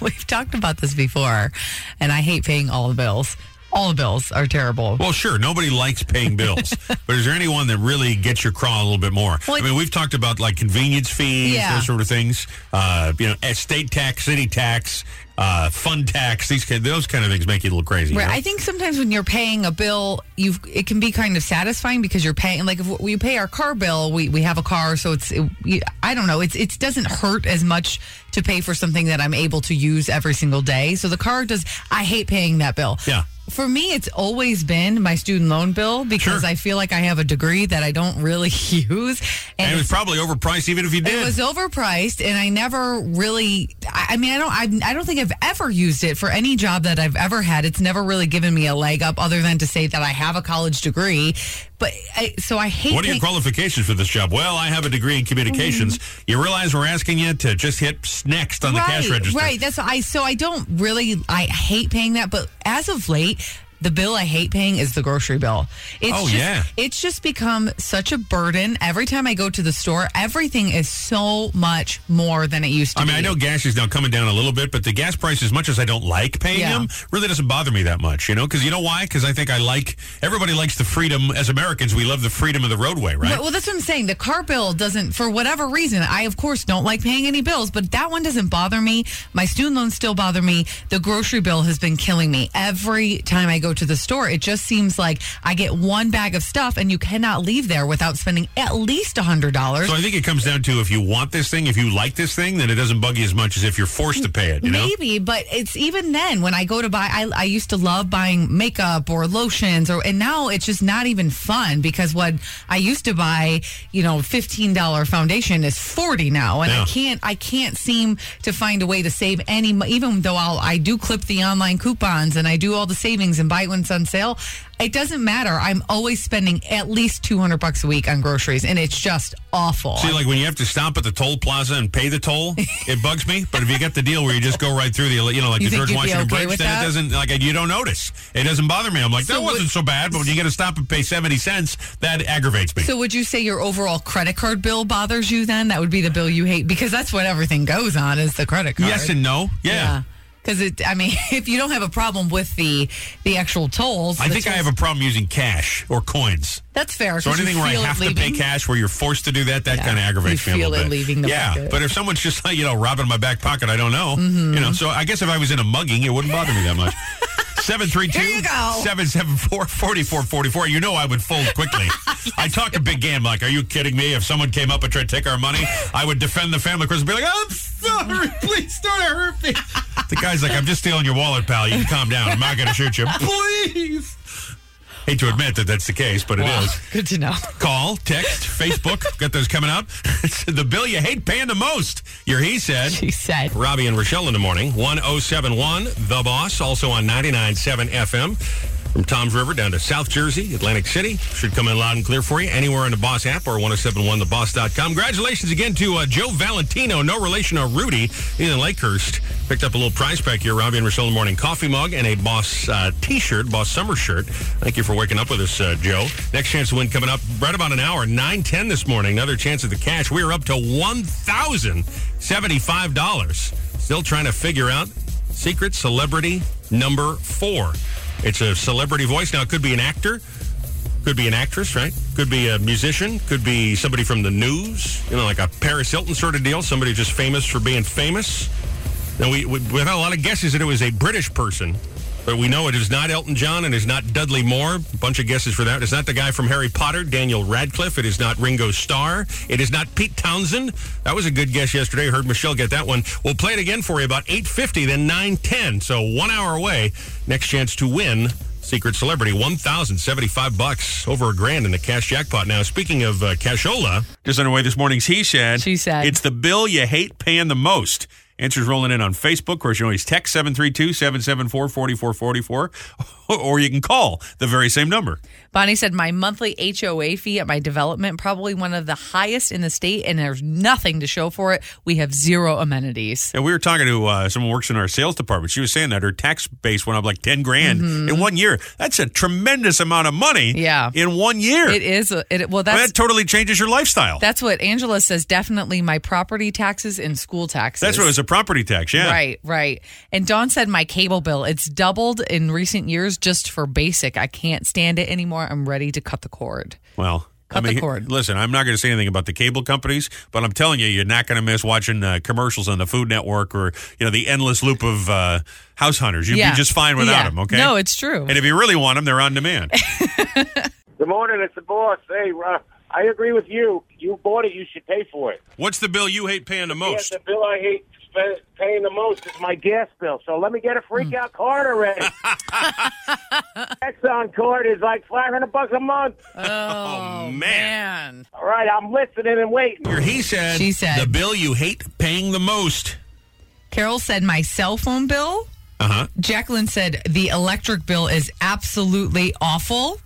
We've talked about this before, and I hate paying all the bills. All the bills are terrible. Well, Oh, sure, nobody likes paying bills, but is there anyone that really gets your craw a little bit more? Well, I mean, we've talked about like convenience fees, Yeah. those sort of things. Uh, you know, estate tax, city tax, uh, fund tax. These ki- those kind of things make you a little crazy. Right. you know? I think sometimes when you're paying a bill, you it can be kind of satisfying because you're paying. Like if we pay our car bill, we, we have a car, so it's it, you- I don't know. It's it doesn't hurt as much to pay for something that I'm able to use every single day. So the car does. I hate paying that bill. Yeah. For me, it's always been my student loan bill because Sure. I feel like I have a degree that I don't really use, and it it's- was probably overpriced, even if you did. It was overpriced, and I never really. I I mean, I don't. I, I don't think I've ever used it for any job that I've ever had. It's never really given me a leg up, other than to say that I have a college degree. But I, so I hate. What are your pay- qualifications for this job? Well, I have a degree in communications. You realize we're asking you to just hit s- next on the cash register. Mm-hmm. Right. That's what I. So I don't really. I hate paying that, but as of late. The bill I hate paying is the grocery bill. It's Oh, just, yeah. It's just become such a burden. Every time I go to the store, everything is so much more than it used to I be. mean, I know gas is now coming down a little bit, but the gas price, as much as I don't like paying Yeah. them, really doesn't bother me that much, you know? Because you know why? Because I think I like, everybody likes the freedom. As Americans, we love the freedom of the roadway, right? But- well, that's what I'm saying. The car bill doesn't, for whatever reason, I of course don't like paying any bills, but that one doesn't bother me. My student loans still bother me. The grocery bill has been killing me every time I go to the store. It just seems like I get one bag of stuff, and you cannot leave there without spending at least a hundred dollars. so I think it comes down to if you want this thing, if you like this thing, then it doesn't bug you as much as if you're forced to pay it, you know? Maybe, but it's even then when I go to buy, I, I used to love buying makeup or lotions, or and now it's just not even fun because what I used to buy, you know, fifteen dollar foundation is forty now, and Yeah. I can't, I can't seem to find a way to save any, mo- even though I'll, I do clip the online coupons and I do all the savings and buy right when it's on sale. It doesn't matter. I'm always spending at least 200 bucks a week on groceries, and it's just awful. See, like when you have to stop at the toll plaza and pay the toll, it bugs me. But if you get the deal where you just go right through the, you know, like You the George think you'd be Washington okay Bridge, with then that? it doesn't like you don't notice. It doesn't bother me. I'm like, So that would- wasn't so bad. But when you get to stop and pay seventy cents, that aggravates me. so, would you say your overall credit card bill bothers you? Then that would be the bill you hate because that's what everything goes on is the credit card. yes and no. Yeah. Because it, I mean, if you don't have a problem with the the actual tolls, I the think I tolls- have a problem using cash or coins. That's fair. So 'cause you anything where I feel it have to pay leaving. cash, where you're forced to do that, that Yeah. kind of aggravates You me a feel little it bit. leaving the yeah, pocket. but if someone's just like you know robbing my back pocket, I don't know. You Mm-hmm. know, so I guess if I was in a mugging, it wouldn't bother me that much. Seven three two Here you go. seven seven four forty four forty four. You know I would fold quickly. I talk to Big Game like, "Are you kidding me? If someone came up and tried to take our money, I would defend the family." Chris would be like, "I'm sorry, please don't hurt me." The guy's like, "I'm just stealing your wallet, pal. You can calm down. I'm not going to shoot you, please." Hate to admit that that's the case, but it is Good to know. call, text, Facebook. Got those coming up. It's the bill you hate paying the most. Your he said. She said. Robbie and Rochelle in the morning. 1071 The Boss, also on 997 FM. From Tom's River down to South Jersey, Atlantic City. Should come in loud and clear for you anywhere on the Boss app or 1071theboss.com. Congratulations again to uh, Joe Valentino, no relation to Rudy. He's in Lakehurst. Picked up a little prize pack here, Robbie and Rochelle in the morning. Coffee mug and a Boss uh, t-shirt, Boss summer shirt. Thank you for waking up with us, uh, Joe. Next chance to win coming up right about an hour, 910 this morning. Another chance at the cash. We are up to $1,075. Still trying to figure out secret celebrity number four. It's a celebrity voice. Now, it could be an actor, could be an actress, right? Could be a musician, could be somebody from the news, you know, like a Paris Hilton sort of deal, somebody just famous for being famous. Now, we, we, we had a lot of guesses that it was a British person, but we know it is not Elton John and is not Dudley Moore. A bunch of guesses for that. It's not the guy from Harry Potter, Daniel Radcliffe. It is not Ringo Starr. It is not Pete Townsend. That was a good guess yesterday. Heard Michelle get that one. We'll play it again for you about 8.50, then 9.10. So one hour away. Next chance to win Secret celebrity, one thousand seventy-five bucks, over a grand in the cash jackpot. Now, speaking of uh, cashola, Just underway this morning's He Said. She Said. It's the bill you hate paying the most. Answers rolling in on Facebook. Of course, you always text 732 774 4444, or you can call the very same number. Bonnie said, My monthly HOA fee at my development, probably one of the highest in the state, and there's nothing to show for it. We have zero amenities. And we were talking to uh, someone who works in our sales department. She was saying that her tax base went up like 10 grand in one year. That's a tremendous amount of money Mm-hmm. Yeah. in one year. It is, a- it, well, I mean, that's. that totally changes your lifestyle. That's what Angela says. Definitely my property taxes and school taxes. That's what it was a property tax, yeah. Right, right. And Dawn said my cable bill. It's doubled in recent years just for basic. I can't stand it anymore. I'm ready to cut the cord. Well, I Cut the mean, cord. listen, I'm not going to say anything about the cable companies, but I'm telling you, you're not going to miss watching uh, commercials on the Food Network or you know the endless loop of uh, house hunters. You'd Yeah. be just fine without Yeah. them. Okay, No, it's true. and if you really want them, they're on demand. Good morning, it's the boss. Hey, Rob, I agree with you. You bought it, you should pay for it. What's the bill you hate paying the Oh, Yes, most? the bill I hate spe- paying the most is my gas bill. So let me get a freak out card already. Exxon card is like five hundred bucks a month. Oh man. Man. All right, I'm listening and waiting. Here he said, She said. the bill you hate paying the most. Carol said my cell phone bill. Uh-huh. Uh huh. Jacqueline said the electric bill is absolutely awful.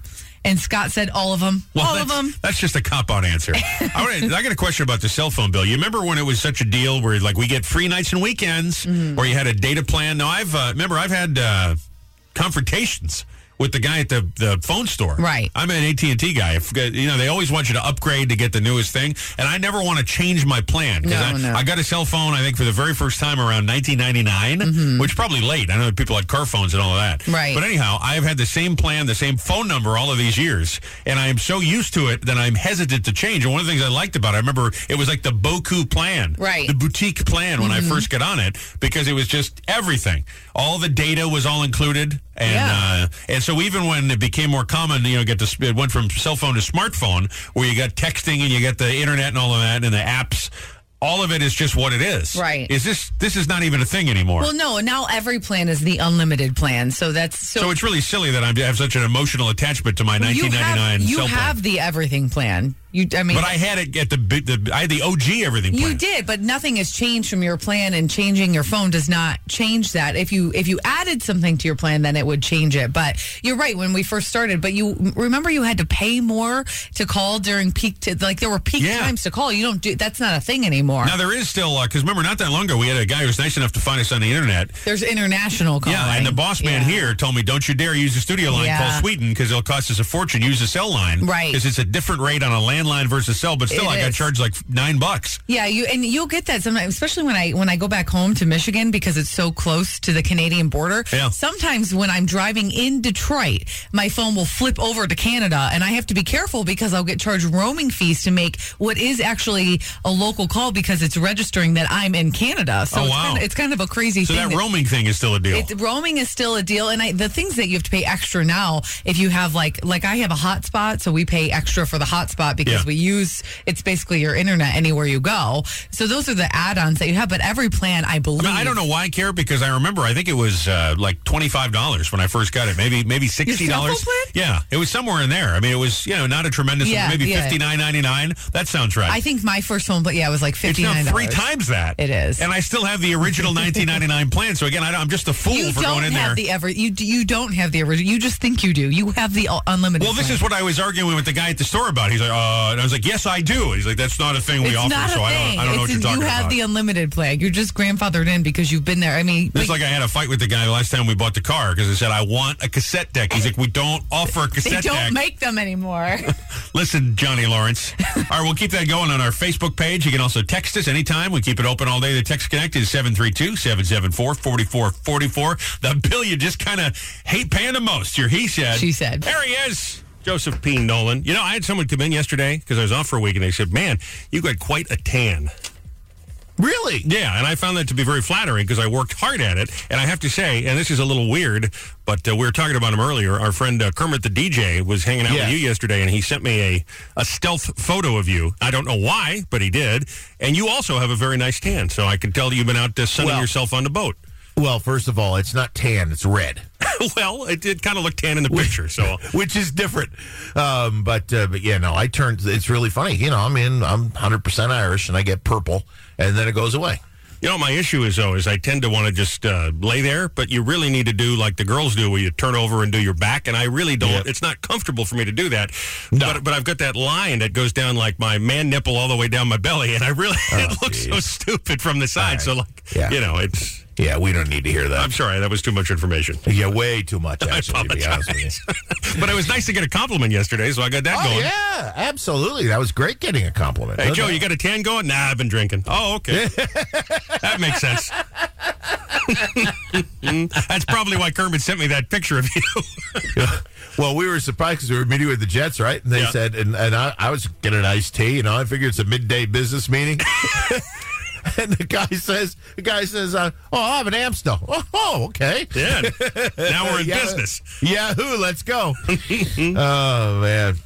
And Scott said all of them. all of them. That's just a cop out answer. I, wanna- I got a question about the cell phone bill. You remember when it was such a deal where like we get free nights and weekends, Mm-hmm. or you had a data plan? Now I've uh, remember I've had uh, confrontations with the guy at the, the phone store. Right. I'm an AT and T guy. If, uh, you know they always want you to upgrade to get the newest thing, and I never want to change my plan because No, I, no. I got a cell phone. I think for the very first time around 1999, which is probably late. I know people had car phones and all of that. Mm-hmm. Right. But anyhow, I've had the same plan, the same phone number all of these years, and I am so used to it that I'm hesitant to change. And one of the things I liked about it, I remember it was like the Boku plan, Right. Mm-hmm. The boutique plan when I first got on it because it was just everything. All the data was all included, and Yeah. uh, and so even when it became more common, you know, get this, it went from cell phone to smartphone, where you got texting and you got the internet and all of that and the apps. All of it is just what it is. Right. Is this this is not even a thing anymore? Well, no, now every plan is the unlimited plan. So that's so, So it's really silly that I'm- I have such an emotional attachment to my you 1999 have, you cell phone. have the everything plan. You, I mean, But I had it at the, bi- the I had the OG everything. you planned. did, but nothing has changed from your plan, and changing your phone does not change that. If you if you added something to your plan, then it would change it. But you're right when we first started. But you remember you had to pay more to call during peak. To, like there were peak Yeah. times to call. You don't do that's not a thing anymore. Now there is still because remember not that long ago we had a guy who was nice enough to find us on the internet. There's international calling. Yeah, and the boss man Yeah. here told me, "Don't you dare use the studio line. Call Yeah. Sweden because it'll cost us a fortune. Use the cell line, Right. Because it's a different rate on a landline versus cell. But still, It I got is. charged like nine bucks. Yeah, you and you'll get that sometimes, especially when I when I go back home to Michigan because it's so close to the Canadian border. Yeah. Sometimes when I'm driving in Detroit, my phone will flip over to Canada, and I have to be careful because I'll get charged roaming fees to make what is actually a local call because it's registering that I'm in Canada. So Oh, it's, wow. kind of, it's kind of a crazy So thing. that that- roaming thing is still a deal. it's, roaming is still a deal, and I, the things that you have to pay extra now if you have like like I have a hotspot, so we pay extra for the hotspot because Yeah. we use it's basically your internet anywhere you go. So those are the add-ons that you have, but every plan I I, believe mean, I don't know why I care because I remember I think it was uh, like twenty five dollars when I first got it. Maybe maybe sixty cell phone dollars. plan? Yeah, it was somewhere in there. I mean, it was you know not a tremendous. Yeah, maybe yeah. fifty nine ninety nine. That sounds right. I think my first phone, but yeah, it was like It's fifty now nine three times that. It is. and I still have the original 1999 plan. So again, I don't, I'm just a fool You for don't going in there. have the ever you d- you don't have the original. You just think you do. You have the uh, unlimited. Well, this plan. is what I was arguing with the guy at the store about. He's like, uh, and I was like, yes, I do. He's like, that's not a thing we It's offer, not a so thing. I don't, I don't know what It's- you're talking you have about. the unlimited plan. You're just grandfathered in because you've been there. I mean, It's but- like I had a fight with the guy last time we bought the car because I said, I want a cassette deck. He's like, we don't offer a they cassette don't deck. make them anymore. Listen, Johnny Lawrence. all right, we'll keep that going on our Facebook page. You can also text us anytime. We keep it open all day. The text connect is 732-774-4444. The bill you just kind of hate paying the most. Your he said. She said. There he is. Joseph P. Nolan. You know, I had someone come in yesterday because I was off for a week and they said, man, you got quite a tan. Really? Yeah, and I found that to be very flattering because I worked hard at it. And I have to say, and this is a little weird, but uh, we were talking about him earlier. Our friend uh, Kermit the DJ was hanging out with Yeah. you yesterday, and he sent me a, a stealth photo of you. I don't know why, but he did. And you also have a very nice tan, so I can tell you've been out uh, sunning Well- yourself on the boat. Well, first of all, it's not tan; it's red, well, it did kind of look tan in the picture, so. which is different. Um, but uh, but yeah, no, I turned. It's really funny. You know, I'm in. I'm 100 percent Irish, and I get purple, and then it goes away. You know, my issue is though is I tend to want to just uh, lay there, but you really need to do like the girls do, where you turn over and do your back, and I really don't. Yep. It's not comfortable for me to do that. No. But but I've got that line that goes down like my man nipple all the way down my belly, and I really Oh, it looks so stupid from the side. So like Yeah. you know, it's Yeah, we don't need to hear I'm that. sorry that was too much information. yeah, way too much. Actually, to be honest with you. but it was nice to get a compliment yesterday, so I got that Oh going. yeah, absolutely. That was great getting a compliment. Hey Joe, you got a tan going? Nah, I've been drinking. Oh, okay. that makes sense. That's probably why Kermit sent me that picture of you. well, we were surprised because we were meeting with the Jets, right? And they Yeah. said, and, and I, I was getting an iced tea, you know. I figured it's a midday business meeting. and the guy says, the guy says, uh, "Oh, I have an Amstel." Oh, oh, okay. Yeah. Now we're in Yeah. business. Yahoo! Let's go. oh man.